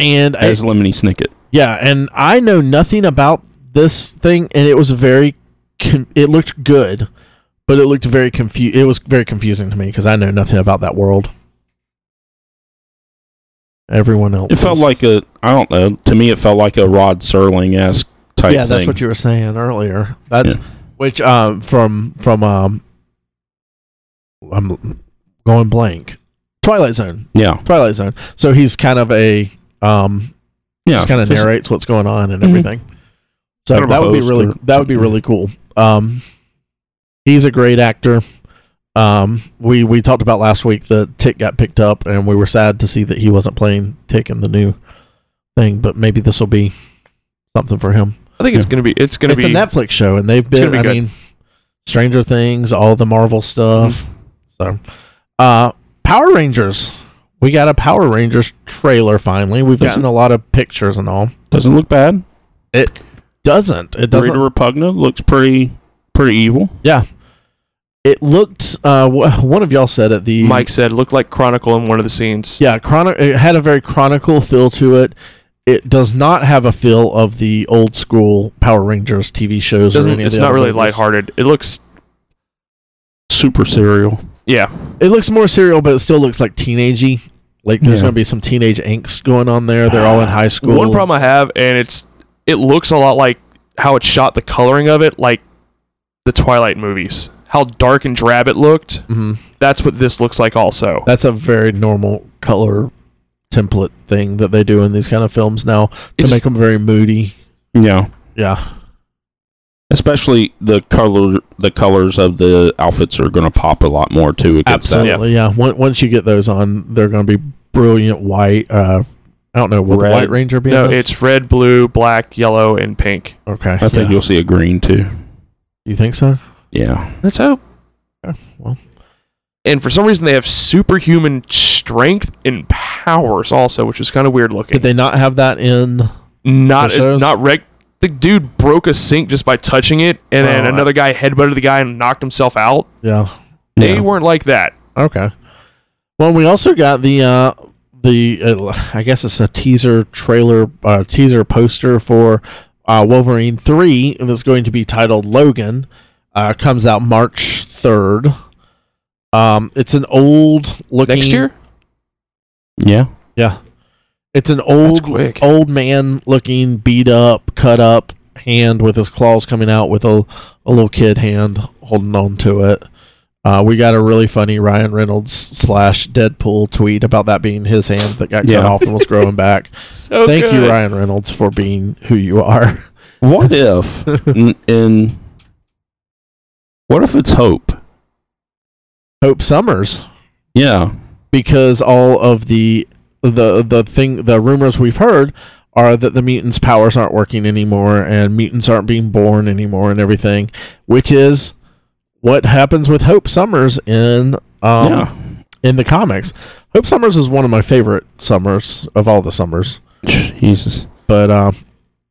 and I- as Lemony Snicket. Yeah, and I know nothing about this thing, and it was very. Con- it looked good, but it looked very confused. It was very confusing to me because I know nothing about that world. Everyone else. It felt is- like a I don't know. To me, it felt like a Rod Serling esque type. yeah, that's thing. what you were saying earlier. That's which um from from um I'm going blank. Twilight Zone. Yeah, Twilight Zone. So he's kind of a um yeah. just kind of Just- narrates what's going on and Mhm. everything. So Kind of a that would be host really or that would be something. really cool. Um, he's a great actor. Um, we we talked about last week that Tick got picked up, and we were sad to see that he wasn't playing Tick in the new thing. But maybe this will be something for him. I think it's gonna be. It's gonna it's be. a Netflix show, and they've been. gonna be I good. mean, Stranger Things, all the Marvel stuff. So, uh, Power Rangers. We got a Power Rangers trailer finally. We've Yeah. gotten a lot of pictures and all. doesn't look bad. It doesn't. It Rita doesn't. Repugna looks pretty pretty evil. Yeah. It looked. Uh, wh- one of y'all said at the Mike said looked like Chronicle in one of the scenes. Yeah, chrono- It had a very chronicle feel to it. It does not have a feel of the old school Power Rangers TV shows. or Doesn't. any of It's the not other really movies. lighthearted. It looks. Super serial. Yeah. It looks more serial, but it still looks like teenagey. Like there's Yeah. going to be some teenage angst going on there. They're all in high school. One problem I have, and it's it looks a lot like how it shot the coloring of it, like the Twilight movies. How dark and drab it looked. Mhm. That's what this looks like. Also, That's a very normal color template thing that they do in these kind of films now to It's- make them very moody. Yeah, Yeah. especially the color the colors of the outfits are going to pop a lot more too. Against that. Absolutely, yeah. Once Once you get those on, they're going to be brilliant white. Uh, I don't know what Red. White Ranger be. in no, this? it's red, blue, black, yellow, and pink. okay. I think yeah. you'll see a green too. you think so. Yeah, That's how. Okay, well, And for some reason, they have superhuman strength and powers also, which is kind of weird looking. did they not have that in? not The shows? not rec. The dude broke a sink just by touching it, and then Oh, I- another guy headbutted the guy and knocked himself out. Yeah. They weren't like that. Okay. Well, we also got the uh, the uh, I guess it's a teaser trailer, uh, teaser poster for uh, Wolverine three, and it's going to be titled Logan. Uh, comes out March third. Um, it's an old looking Next year, yeah. Yeah. It's an that's old quick. old man looking beat up, cut up hand with his claws coming out with a, a little kid hand holding on to it. Uh, we got a really funny Ryan Reynolds slash Deadpool tweet about that being his hand that got cut Yeah. off and was growing back. So Thank you, good. Ryan Reynolds, for being who you are. What if in, in what if it's hope? Hope Summers, Yeah, because all of the the the thing the rumors we've heard are that the mutants' powers aren't working anymore and mutants aren't being born anymore and everything, which is what happens with Hope Summers in um, yeah. in the comics. Hope Summers is one of my favorite summers of all the summers. Jesus. But um,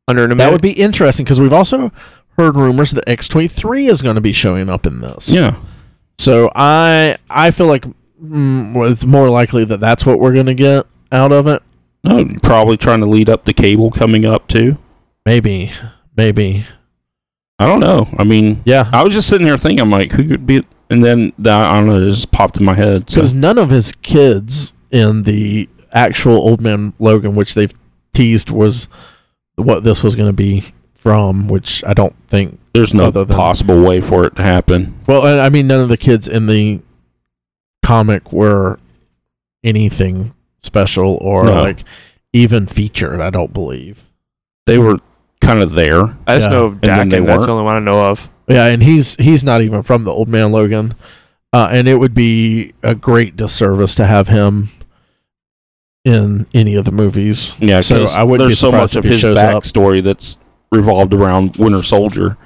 Under a that would be interesting because we've also heard rumors that X23 is going to be showing up in this. Yeah. So I I feel like mm, it's more likely that that's what we're going to get out of it. No, you're probably trying to lead up the cable coming up too. Maybe. Maybe. I don't know. I mean, Yeah. I was just sitting there thinking, I'm like, who could be? And then the, I don't know, it just popped in my head. So Because none of his kids in the actual Old Man Logan, which they've teased was what this was going to be from, which I don't think there's no other than- possible way for it to happen. Well, and I mean, none of the kids in the comic were anything special or No. like even featured. I don't believe. They were kind of there. I just yeah. know of then Dak, they and that's weren't. the only one I know of. Yeah, and he's he's not even from the Old Man Logan, uh, and it would be a great disservice to have him in any of the movies. Yeah, so 'cause I wouldn't be there's so surprised much of if he his shows up. backstory that's revolved around Winter Soldier.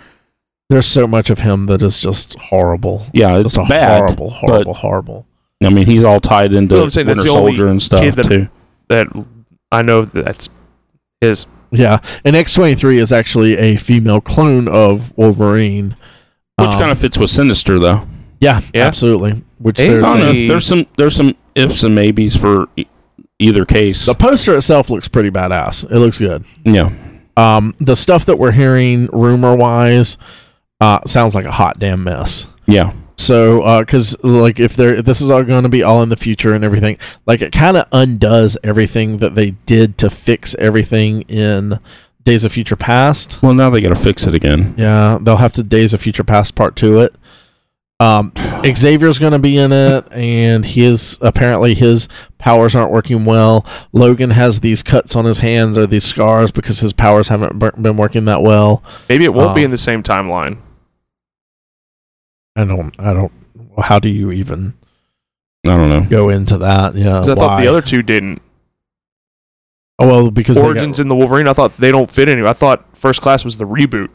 There's so much of him that is just horrible. Yeah, It's it's a bad. horrible, horrible, horrible. I mean, he's all tied into Well, I'm saying Winter that's the only Soldier and stuff kid that- too. That I know that that's his. Yeah, and X twenty three is actually a female clone of Wolverine, Which Um, kind of fits with Sinister though. Yeah, Yeah. absolutely. Which Hey, there's I don't know. a- There's some there's some ifs and maybes for e- either case. the poster itself looks pretty badass. It looks good. yeah, Um, the stuff that we're hearing rumor wise uh, sounds like a hot damn mess. yeah, So, because like if they're this is all going to be all in the future and everything, like it kind of undoes everything that they did to fix everything in Days of Future Past. Well, now they got to fix it again. Yeah, they'll have to Days of Future Past Part Two it. Um, Xavier's going to be in it, and his apparently his powers aren't working well. Logan has these cuts on his hands or these scars because his powers haven't b- been working that well. Maybe it won't be Um, in the same timeline. I don't, I don't. How do you even I don't know. go into that? Yeah, 'Cause I thought why? the other two didn't. Oh, well, because they got- Origins in the Wolverine. I thought they don't fit any. I thought First Class was the reboot.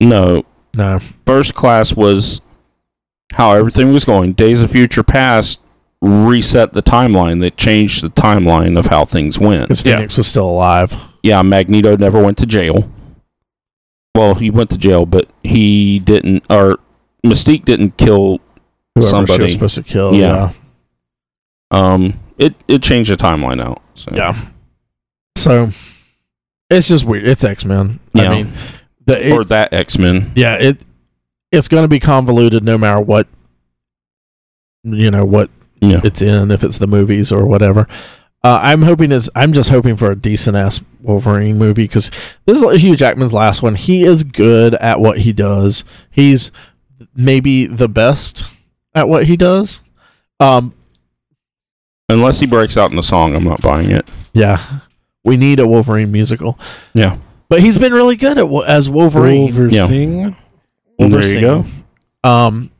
No, no, first class was how everything was going. Days of Future Past reset the timeline. That changed the timeline of how things went. because Yeah. Phoenix was still alive. Yeah, Magneto never went to jail. Well, he went to jail, but he didn't. Or Mystique didn't kill. Whoever she Somebody. was supposed to kill. Yeah. yeah. Um, it it changed the timeline out. So Yeah. So it's just weird. It's X Men. Yeah. I mean, the, or it, that X Men. yeah, it it's going to be convoluted no matter what you know what Yeah, it's in, if it's the movies or whatever. Uh, I'm hoping is I'm just hoping for a decent ass Wolverine movie because this is Hugh Jackman's last one. He is good at what he does. He's maybe the best at what he does. Um, unless he breaks out in the song, I'm not buying it. yeah, we need a Wolverine musical. Yeah. But he's been really good at wo- as Wolverine. Wolversing. There you go. go. Um,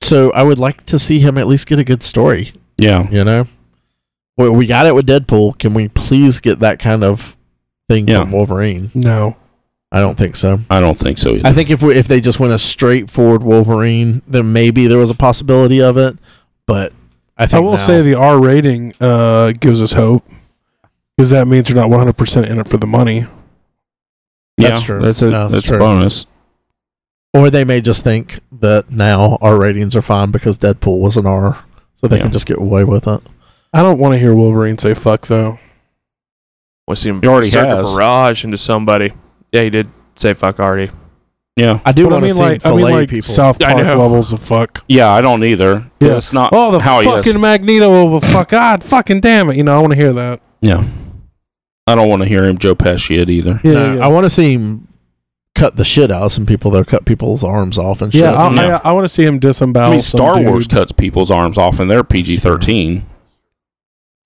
so I would like to see him at least get a good story. Yeah, You know, well, we got it with Deadpool. Can we please get that kind of thing Yeah. from Wolverine? No. I don't think so. I don't think so. Either. I think if we if they just went a straightforward Wolverine, then maybe there was a possibility of it. But I I think will now- say the R rating uh, gives us hope because that means you're not 100% in it for the money. That's yeah, true. That's a No, that's that's true. a bonus. or they may just think that now our ratings are fine because Deadpool was an R, so they Yeah. can just get away with it. I don't want to hear Wolverine say fuck, though. We see him He already start has. a barrage into somebody. Yeah, he did say fuck already. Yeah, I do But I want to mean, see like, I mean, fillet like people. South I Park know. levels of fuck. yeah. I don't either. Yeah. That's not. Oh, the Uh, how he is. fucking Magneto over fuck. God, fucking damn it. You know, I want to hear that. Yeah, I don't want to hear him Joe Pesci it either. Yeah. No, yeah. I want to see him cut the shit out of some people. They'll cut people's arms off and shit. Yeah, I, Yeah. I, I want to see him disembowel. I mean, some Star dude. Wars cuts people's arms off, and they're PG thirteen.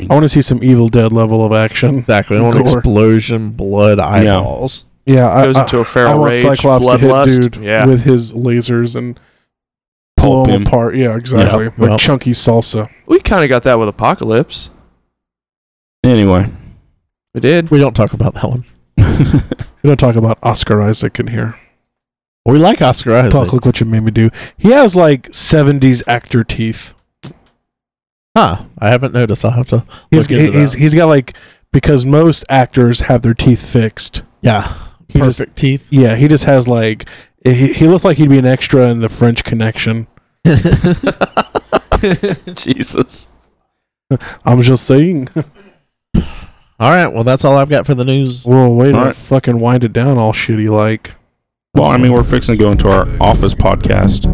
I want to see some Evil Dead level of action. exactly. I want Gore. explosion, blood, eyeballs. Yeah, I, Goes I, into a I feral want rage, Cyclops to hit bloodlust. dude Yeah. with his lasers and pull Pulp him him. apart. Yeah, exactly. like well. chunky salsa. we kind of got that with Apocalypse. Anyway, We did. We don't talk about that one. We don't talk about Oscar Isaac in here. We like Oscar Isaac. Fuck, look what you made me do. He has like 70s actor teeth. Huh. I haven't noticed. I'll have to. He's, Look into he- he's, that. he's got like, because most actors have their teeth fixed. Yeah. He just- perfect teeth. Yeah, he just has like, he, he looked like he'd be an extra in the French Connection. Jesus. I'm just saying. All right. Well, that's all I've got for the news. Well, wait, All I right. fucking wind it down all shitty like. Well, I mean, we're fixing to go into our office podcast.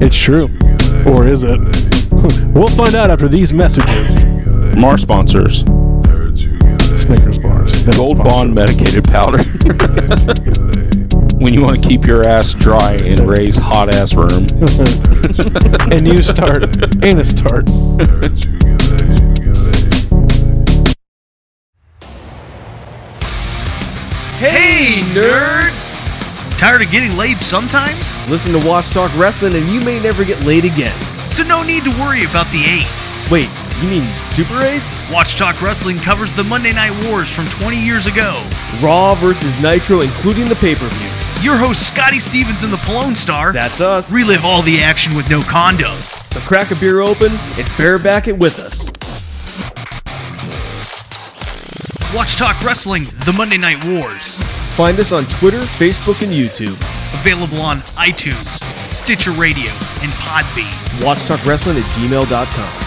It's true. Or is it? we'll find out after these messages. From our sponsors, Snickers bars. That's Gold sponsored. Bond medicated powder. when you want to keep your ass dry in Ray's hot ass room. and you start. and a start. Hey, nerds! Tired of getting laid sometimes? Listen to Watch Talk Wrestling and you may never get laid again. So, no need to worry about the AIDS. Wait, you mean Super AIDS? Watch Talk Wrestling covers the Monday Night Wars from 20 years ago. Raw versus Nitro, including the pay per view. Your host, Scotty Stevens and the Palone Star, That's us. relive all the action with no condom. So crack a beer open and bareback it with us. Watch Talk Wrestling, the Monday Night Wars. Find us on Twitter, Facebook, and YouTube. Available on iTunes, Stitcher Radio, and Podbean. WatchTalkWrestling at gmail.com.